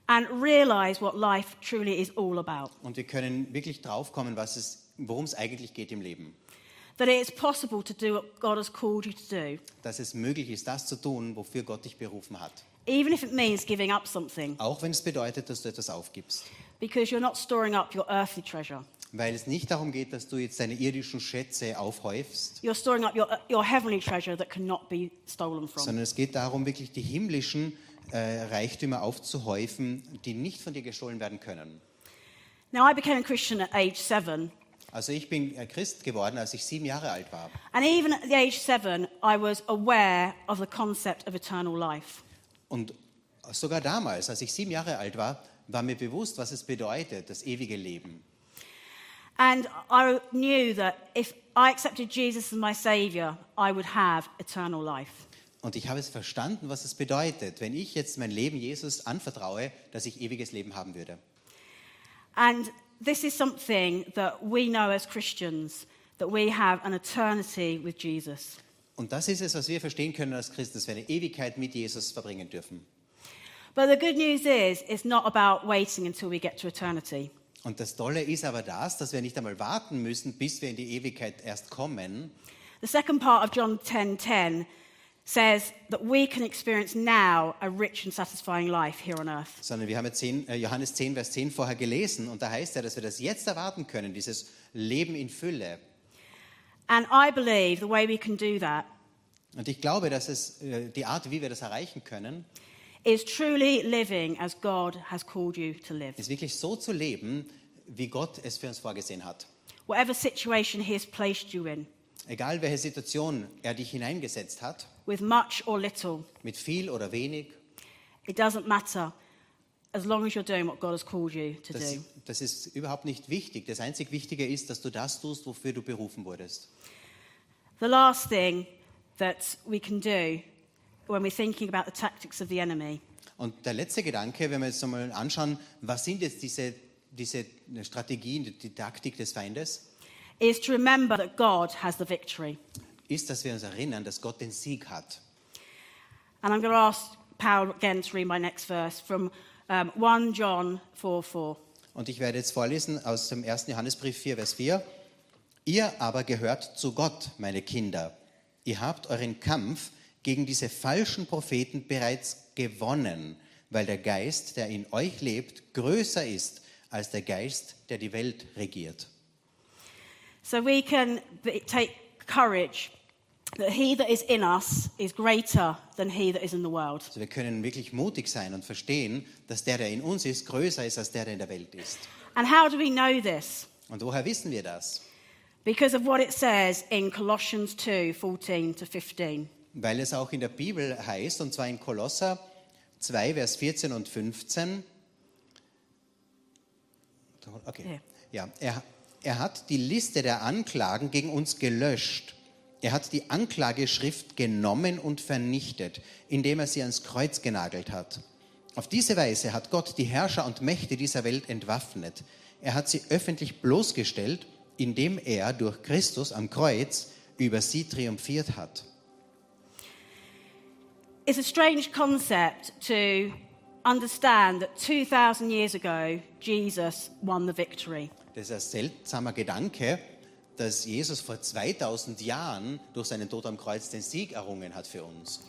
S2: and realize what life truly is all about.
S1: Und wir können wirklich draufkommen, was es, worum es eigentlich geht im Leben.
S2: That it is possible to do what God has called you to do,
S1: Dass es möglich ist, das zu tun, wofür Gott dich berufen hat.
S2: even if it means giving up something,
S1: Auch wenn es bedeutet, dass du etwas aufgibst.
S2: because you're not storing up your earthly treasure.
S1: Weil es nicht darum geht, dass du jetzt deine irdischen Schätze aufhäufst,
S2: You're storing up your, your heavenly treasure that cannot be stolen from.
S1: sondern es geht darum, wirklich die himmlischen äh, Reichtümer aufzuhäufen, die nicht von dir gestohlen werden können.
S2: Now, I became a Christian at age seven,
S1: Also ich bin äh, Christ geworden, als ich sieben Jahre alt war.
S2: and even at the age seven, I was aware of the concept of eternal life.
S1: Und sogar damals, als ich sieben Jahre alt war, war mir bewusst, was es bedeutet, das ewige Leben.
S2: And I knew that if I accepted Jesus as my Saviour, I would have eternal life.
S1: Und ich habe es verstanden, was es bedeutet, wenn ich jetzt mein Leben Jesus anvertraue, dass ich ewiges Leben haben würde.
S2: And this is something that we know as Christians that we have an eternity with Jesus.
S1: Und das ist es, was wir verstehen können als Christen, dass wir eine Ewigkeit mit Jesus verbringen dürfen.
S2: But the good news is, it's not about waiting until we get to eternity.
S1: Und das Tolle ist aber das, dass wir nicht einmal warten müssen, bis wir in die Ewigkeit erst kommen,
S2: The second part of John 10:10 says that we can experience now a rich and satisfying life here on earth.
S1: sondern wir haben ja 10, äh, Johannes 10, Vers 10 vorher gelesen und da heißt ja, dass wir das jetzt erwarten können, dieses Leben in Fülle.
S2: And I believe the way we can do that
S1: Und ich glaube, dass es äh, die Art, wie wir das erreichen können,
S2: is truly living as God has called you to live.
S1: ist wirklich so zu leben, wie Gott es für uns vorgesehen hat.
S2: Whatever situation He has placed you in,
S1: Egal welche Situation er dich hineingesetzt hat,
S2: with much or little,
S1: mit viel oder wenig,
S2: it doesn't matter as long as you're doing what God has called you to
S1: das,
S2: do.
S1: das ist überhaupt nicht wichtig. Das einzig Wichtige ist, dass du das tust, wofür du berufen wurdest.
S2: The last thing that we can do when we're thinking about the tactics of the enemy
S1: Und der letzte Gedanke, wenn wir jetzt einmal anschauen, was sind jetzt diese, diese Strategien, die Taktik des Feindes,
S2: is to remember that God has the victory.
S1: ist, dass wir uns erinnern, dass Gott den Sieg hat.
S2: And I'm going to ask Paul again to read my next verse from um, 1 John 4 4.
S1: Und ich werde jetzt vorlesen aus dem 1. Johannesbrief 4, Vers 4. Ihr aber gehört zu Gott, meine Kinder. Ihr habt euren Kampf gegen diese falschen Propheten bereits gewonnen, weil der Geist, der in euch lebt, größer ist als der Geist, der die Welt regiert.
S2: So we can b- take courage that he that is in us is greater than he that is in the world.
S1: Also wir können wirklich mutig sein und verstehen, dass der, der in uns ist, größer ist als der, der in der Welt ist.
S2: And how do we know this?
S1: Und woher wissen wir das?
S2: Because of what it says in Colossians two fourteen to 15.
S1: Weil es auch in der Bibel heißt, und zwar in Kolosser 2, Vers 14 und 15. Okay. Ja, er, er hat die Liste der Anklagen gegen uns gelöscht. Er hat die Anklageschrift genommen und vernichtet, indem er sie ans Kreuz genagelt hat. Auf diese Weise hat Gott die Herrscher und Mächte dieser Welt entwaffnet. Er hat sie öffentlich bloßgestellt, indem er durch Christus am Kreuz über sie triumphiert hat.
S2: It's a strange concept to understand that 2,000 years ago, Jesus won the victory.
S1: Das ist ein seltsamer Gedanke, dass Jesus vor 2000 Jahren durch seinen Tod am Kreuz den Sieg errungen hat für uns.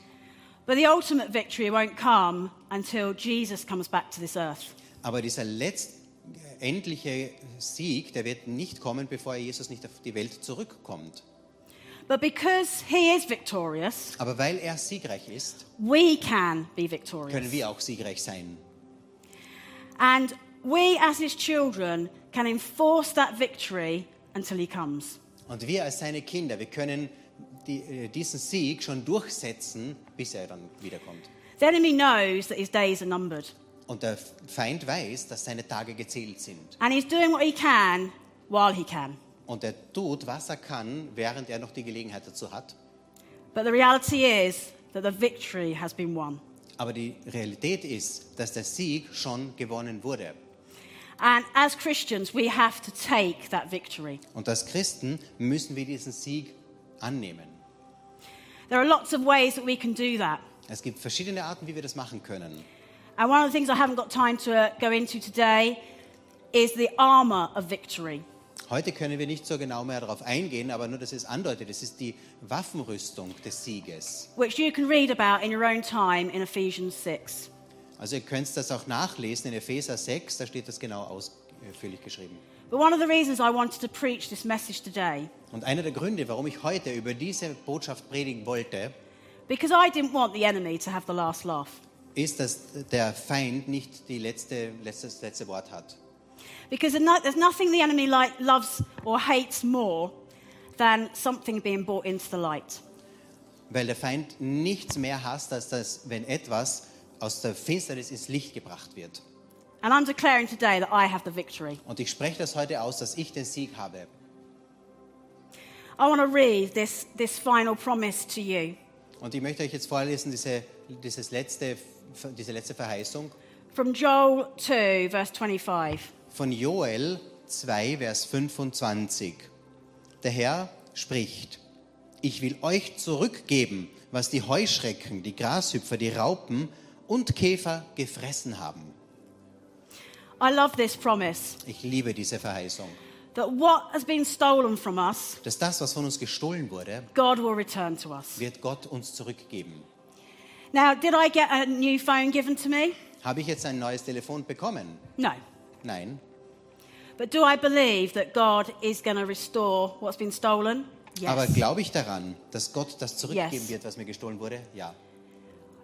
S2: But the ultimate victory won't come until Jesus comes back to this earth.
S1: Aber dieser letztendliche Sieg, der wird nicht kommen, bevor Jesus nicht auf die Welt zurückkommt.
S2: But because he is victorious,
S1: Aber weil er siegreich ist,
S2: we can be
S1: können
S2: victorious.
S1: wir auch siegreich sein.
S2: And we, as his children, can enforce that victory until he comes.
S1: Und wir als seine Kinder, wir können die, äh, diesen Sieg schon durchsetzen, bis er dann wiederkommt.
S2: The enemy knows that his days are numbered,
S1: Und der Feind weiß, dass seine Tage gezählt sind.
S2: and he's doing what he can while he can.
S1: Und er tut, was er kann, während er noch die Gelegenheit dazu hat.
S2: But the reality is that the victory has been won.
S1: Aber die Realität ist, dass der Sieg schon gewonnen wurde.
S2: And as Christians, we have to take that victory.
S1: Und als Christen müssen wir diesen Sieg annehmen.
S2: There are lots of ways that we can do that.
S1: Es gibt verschiedene Arten, wie wir das machen können.
S2: And one of the things I haven't got time to uh, go into today is the armour of victory.
S1: Heute können wir nicht so genau mehr darauf eingehen, aber nur, dass es andeutet, es ist die Waffenrüstung des Sieges.
S2: which you can read about in your own time in Ephesians 6.
S1: Also ihr könnt das auch nachlesen in Epheser 6, da steht das genau ausführlich geschrieben.
S2: But one of the reasons I wanted to preach this message today,
S1: Und einer der Gründe, warum ich heute über diese Botschaft predigen wollte,
S2: because I didn't want the enemy to have the last laugh,
S1: ist, dass der Feind nicht die letzte, letztes, letzte Wort hat.
S2: because there's no- there's nothing the enemy like, loves or hates more than something being brought into the light.
S1: Weil der Feind nichts mehr hasst, als das, wenn etwas aus der Finsternis ins Licht gebracht wird.
S2: And I'm declaring today that I have the victory.
S1: Und ich spreche das heute aus, dass ich den Sieg habe.
S2: I want to read this, this final promise to you
S1: Und ich möchte euch jetzt vorlesen, diese, dieses letzte, diese letzte Verheißung
S2: from Joel 2, verse 25.
S1: von Joel 2, Vers 25. Der Herr spricht, ich will euch zurückgeben, was die Heuschrecken, die Grashüpfer, die Raupen und Käfer gefressen haben.
S2: I love this promise
S1: Ich liebe diese Verheißung,
S2: that what has been stolen from us,
S1: dass das, was von uns gestohlen wurde,
S2: God will return to us.
S1: wird Gott uns zurückgeben.
S2: Now, did I get a new phone given to me?
S1: Habe ich jetzt ein neues Telefon bekommen?
S2: No.
S1: Nein.
S2: But do I believe that God is going to restore what's been stolen?
S1: Aber
S2: Yes.
S1: glaube ich daran, dass Gott das zurückgeben
S2: Yes.
S1: wird, was mir gestohlen wurde? Ja.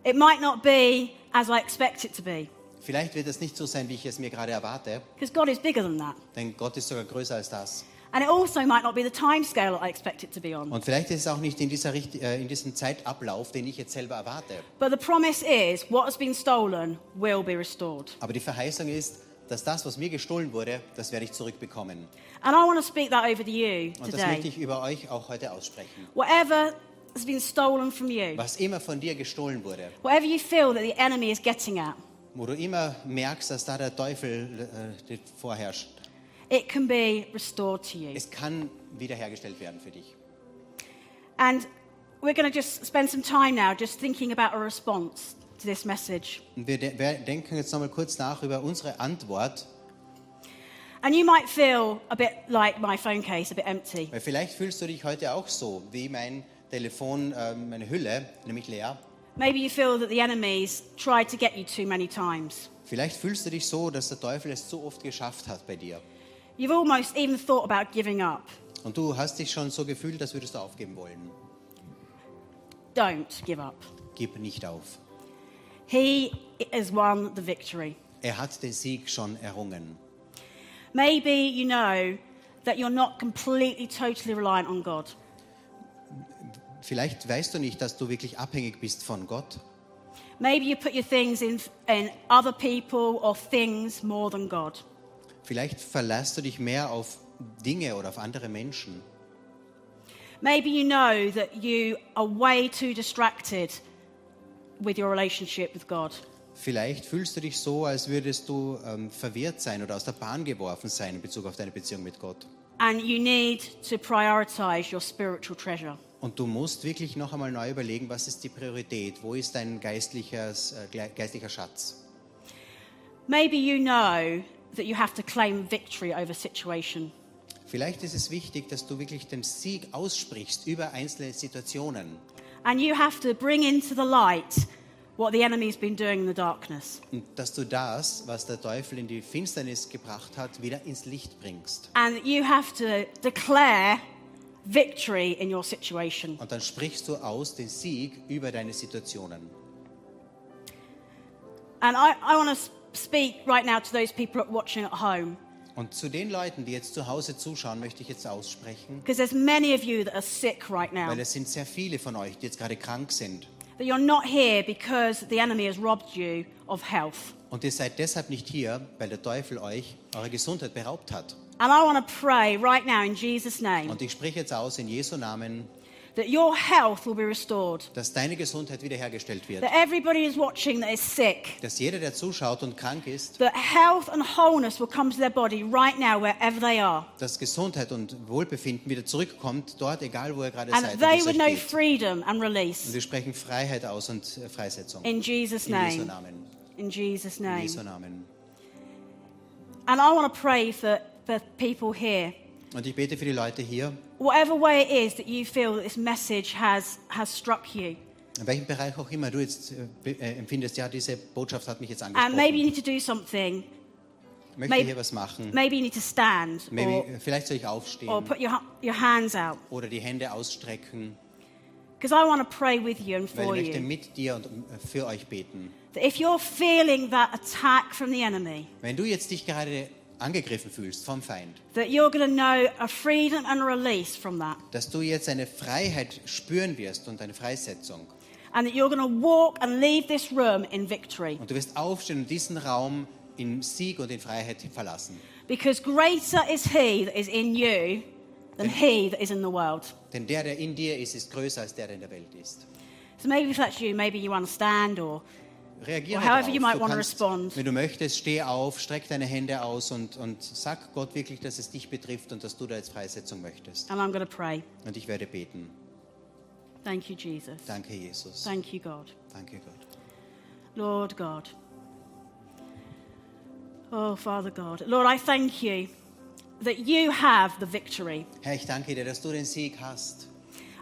S2: It might not be as I expect it to be,
S1: Vielleicht wird es nicht so sein, wie ich es mir gerade erwarte,
S2: because God is bigger than that.
S1: denn Gott ist sogar größer als das.
S2: And it also might not be the time scale I expect it to be on.
S1: Und vielleicht ist es auch nicht in, dieser, Richt- äh, in diesem Zeitablauf, den ich jetzt selber erwarte.
S2: But the promise is what has been stolen will be restored.
S1: Aber die Verheißung ist, dass das, was mir gestohlen wurde, das werde ich zurückbekommen.
S2: And I want to speak that over to you
S1: Und das möchte
S2: today.
S1: ich über euch auch heute aussprechen.
S2: Whatever has been stolen from you,
S1: Was immer von dir gestohlen wurde,
S2: whatever you feel that the enemy is getting at,
S1: wo du immer merkst, dass da der Teufel äh, vorherrscht,
S2: it can be restored to you.
S1: es kann wiederhergestellt werden für dich.
S2: And we're going to just spend some time now just thinking about a response to this message.
S1: Und wir, de wir denken jetzt nochmal kurz nach über unsere Antwort,
S2: And you might feel a bit like my phone case, a bit empty.
S1: weil vielleicht fühlst du dich heute auch so, wie mein Telefon, äh, meine Hülle, nämlich leer.
S2: Maybe you feel that the enemy's tried to get you too many times.
S1: Vielleicht fühlst du dich so, dass der Teufel es so oft geschafft hat bei dir.
S2: You've almost even thought about giving up.
S1: Und du hast dich schon so gefühlt, als würdest du aufgeben wollen.
S2: Don't give up.
S1: Gib nicht auf.
S2: He has won the victory.
S1: Er hat den Sieg schon errungen.
S2: Maybe you know that you're not completely, totally reliant on God.
S1: Vielleicht weißt du nicht, dass du wirklich abhängig bist von Gott.
S2: Maybe you put your things in, in other people or things more than God.
S1: Vielleicht verlässt du dich mehr auf Dinge oder auf andere Menschen.
S2: Maybe you know that you are way too distracted with your relationship with God.
S1: Vielleicht fühlst du dich so, als würdest du ähm, verwirrt sein oder aus der Bahn geworfen sein in Bezug auf deine Beziehung mit Gott.
S2: And you need to prioritize your spiritual treasure.
S1: Und du musst wirklich noch einmal neu überlegen, was ist die Priorität? Wo ist dein geistliches, äh, gle- geistlicher Schatz?
S2: Maybe you know that you have to claim victory over situation.
S1: Vielleicht ist es wichtig, dass du wirklich den Sieg aussprichst über einzelne Situationen.
S2: And you have to bring into the light what the enemy's been doing in the darkness.
S1: Und dass du das, was der Teufel in die Finsternis gebracht hat, wieder ins Licht bringst.
S2: And you have to declare victory in your situation.
S1: Und dann sprichst du aus den Sieg über deine Situationen.
S2: And I, I want to speak right now to those people watching at home,
S1: Und zu den Leuten, die jetzt zu Hause zuschauen, möchte ich jetzt aussprechen,
S2: because there's many of you that are sick right now.
S1: weil es sind sehr viele von euch, die jetzt gerade krank sind.
S2: that you're not here because the enemy has robbed you of health.
S1: Und ihr seid deshalb nicht hier, weil der Teufel euch eure Gesundheit beraubt hat.
S2: And I want to pray right now in Jesus' name
S1: Und ich spreche jetzt aus in Jesu Namen,
S2: that your health will be restored.
S1: dass deine Gesundheit wiederhergestellt wird.
S2: That everybody who's watching that is sick,
S1: Dass jeder, der zuschaut und krank ist,
S2: that health and wholeness will come to their body right now, wherever they are.
S1: dass Gesundheit und Wohlbefinden wieder zurückkommt, dort, egal wo ihr gerade
S2: And
S1: seid. und
S2: that
S1: wie
S2: they
S1: es
S2: would
S1: euch
S2: know
S1: geht.
S2: freedom and
S1: Und
S2: release.
S1: wir sprechen Freiheit aus und äh, Freisetzung.
S2: In Jesus'
S1: In Jesu
S2: name.
S1: Namen.
S2: In Jesus'
S1: In
S2: name.
S1: Jesu Namen.
S2: And I want to pray for, for people here.
S1: Und ich bete für die Leute hier,
S2: Whatever way it is that you feel that this message has, has struck you,
S1: in welchem Bereich auch immer du jetzt äh, be- äh, empfindest, ja, diese Botschaft hat mich jetzt
S2: and
S1: angesprochen.
S2: maybe you need to do something,
S1: ich möchte
S2: maybe-
S1: hier was machen.
S2: maybe you need to stand or,
S1: Maybe, äh, vielleicht soll ich aufstehen
S2: or put your, your hands out
S1: oder die Hände ausstrecken,
S2: because I want to pray with you and
S1: weil
S2: for
S1: ich möchte
S2: you.
S1: mit dir und äh, für euch beten.
S2: That if you're feeling that attack from the enemy,
S1: Wenn du jetzt dich gerade angegriffen fühlst vom Feind,
S2: that you're going to know a freedom and a release from that,
S1: dass du jetzt eine Freiheit spüren wirst und eine Freisetzung.
S2: and that you're going to walk and leave this room in victory.
S1: Und du wirst aufstehen und diesen Raum in Sieg und in Freiheit verlassen.
S2: Because greater is He that is in you than He that is in the world.
S1: Denn der, der in dir ist, ist größer als der, der in der Welt ist.
S2: So maybe if that's you, maybe you understand or
S1: Reagiere
S2: Or however
S1: drauf.
S2: you might
S1: du
S2: wanna
S1: kannst,
S2: respond.
S1: Wenn du möchtest, steh auf, streck deine Hände aus und, und sag Gott wirklich, dass es dich betrifft und dass du da jetzt Freisetzung möchtest.
S2: and I'm going to pray.
S1: Und ich werde beten.
S2: Thank you, Jesus.
S1: Danke, Jesus.
S2: Thank you, God.
S1: Danke, Gott.
S2: Lord God. Oh, Father God. Lord, I thank you that you have the victory.
S1: Herr, ich danke dir, dass du den Sieg hast.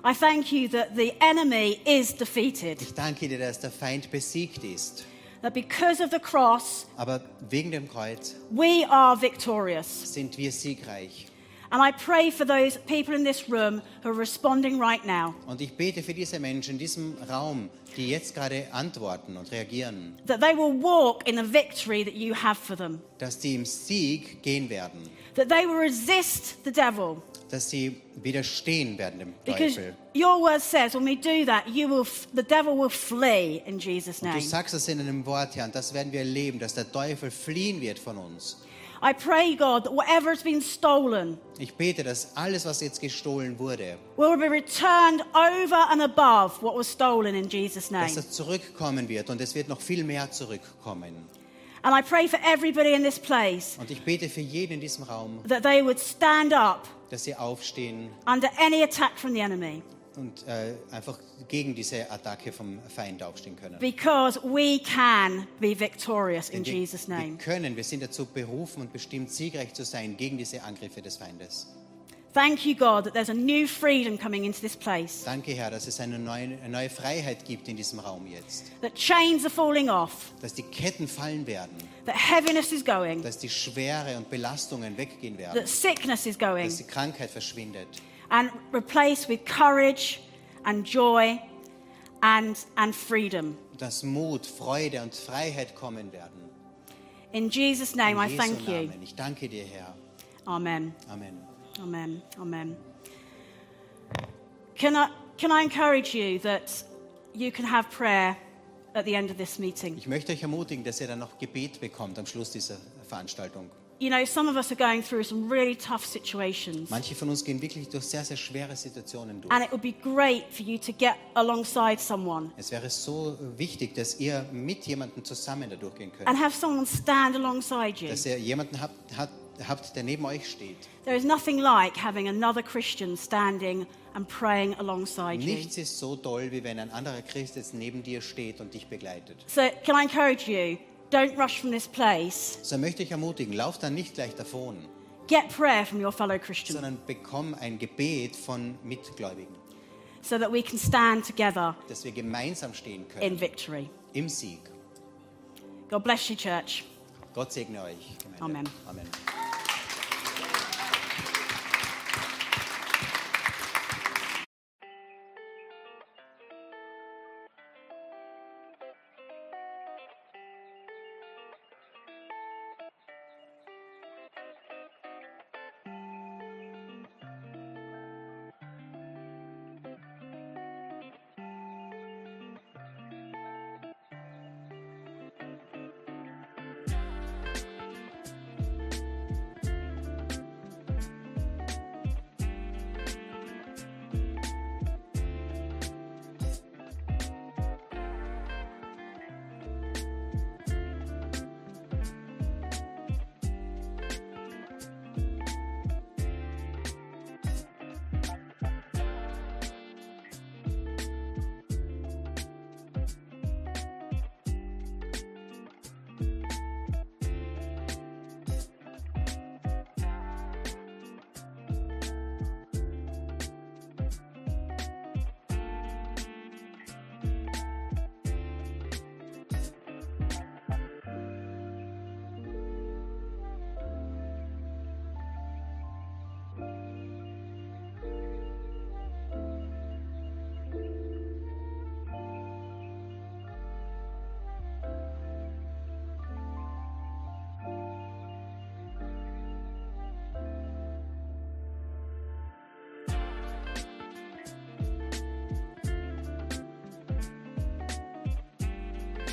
S2: I thank you that the enemy is defeated,
S1: Ich danke dir, dass der Feind besiegt ist.
S2: that because of the cross,
S1: Aber wegen dem Kreuz
S2: we are victorious.
S1: sind wir siegreich.
S2: And I pray for those people in this room who are responding right now,
S1: Und ich bete für diese Menschen in diesem Raum, die jetzt gerade antworten und reagieren,
S2: that they will walk in the victory that you have for them,
S1: dass die im Sieg gehen werden,
S2: that they will resist the devil.
S1: dass sie widerstehen werden dem
S2: Because
S1: Teufel.
S2: your word says when we do that, you will f- the devil will flee in Jesus'
S1: Du
S2: name.
S1: sagst es in deinem Wort, Herr, und das werden wir erleben, dass der Teufel fliehen wird von uns.
S2: I pray, God, that whatever has been stolen
S1: Ich bete, dass alles, was jetzt gestohlen wurde,
S2: will be returned over and above what was stolen in Jesus'
S1: dass
S2: name.
S1: das zurückkommen wird und es wird noch viel mehr zurückkommen.
S2: And I pray for everybody in this place
S1: Und ich bete für jeden in diesem Raum,
S2: that they would stand up
S1: dass sie aufstehen
S2: under any attack from the enemy
S1: und äh, einfach gegen diese Attacke vom Feind aufstehen können.
S2: because we can be victorious in
S1: Denn wir-
S2: Jesus'
S1: Wir
S2: name.
S1: können, wir sind dazu berufen und bestimmt, siegreich zu sein gegen diese Angriffe des Feindes.
S2: Thank you, God, that there's a new freedom coming into this place,
S1: Danke, Herr, dass es eine neue, eine neue Freiheit gibt in diesem Raum jetzt.
S2: that chains are falling off,
S1: Dass die Ketten fallen werden,
S2: that heaviness is going,
S1: dass die Schwere und Belastungen weggehen werden,
S2: that sickness is going,
S1: dass die Krankheit verschwindet
S2: and replaced with courage and joy and, and freedom.
S1: dass Mut, Freude und Freiheit kommen werden.
S2: In Jesus' name, I
S1: Jesu
S2: thank you.
S1: Namen. Ich danke dir, Herr.
S2: Amen.
S1: Amen.
S2: Amen. Amen. Can I, can I encourage you that you can have prayer at the end of this meeting?
S1: Ich möchte euch ermutigen, dass ihr dann noch Gebet bekommt am Schluss dieser Veranstaltung.
S2: You know, some of us are going through some really tough situations,
S1: Manche von uns gehen wirklich durch sehr, sehr schwere Situationen durch.
S2: and it would be great for you to get alongside someone
S1: Es wäre so wichtig, dass ihr mit jemandem zusammen da durchgehen
S2: and
S1: könnt.
S2: have someone stand alongside you.
S1: Dass ihr jemanden habt, hat, habt, der neben euch steht.
S2: There is nothing like having another Christian standing and praying alongside you.
S1: Nichts ist so toll, wie wenn ein anderer Christ jetzt neben dir steht und dich begleitet.
S2: So, can I encourage you? Don't rush from this place.
S1: So möchte ich ermutigen, lauf dann nicht gleich davon,
S2: Get prayer from your fellow Christians
S1: sondern bekomm ein Gebet von Mitgläubigen,
S2: so that we can stand together
S1: dass wir gemeinsam stehen
S2: in
S1: können
S2: victory.
S1: im Sieg.
S2: God bless you, church.
S1: Gott segne euch. Gemeinde.
S2: Amen.
S1: Amen.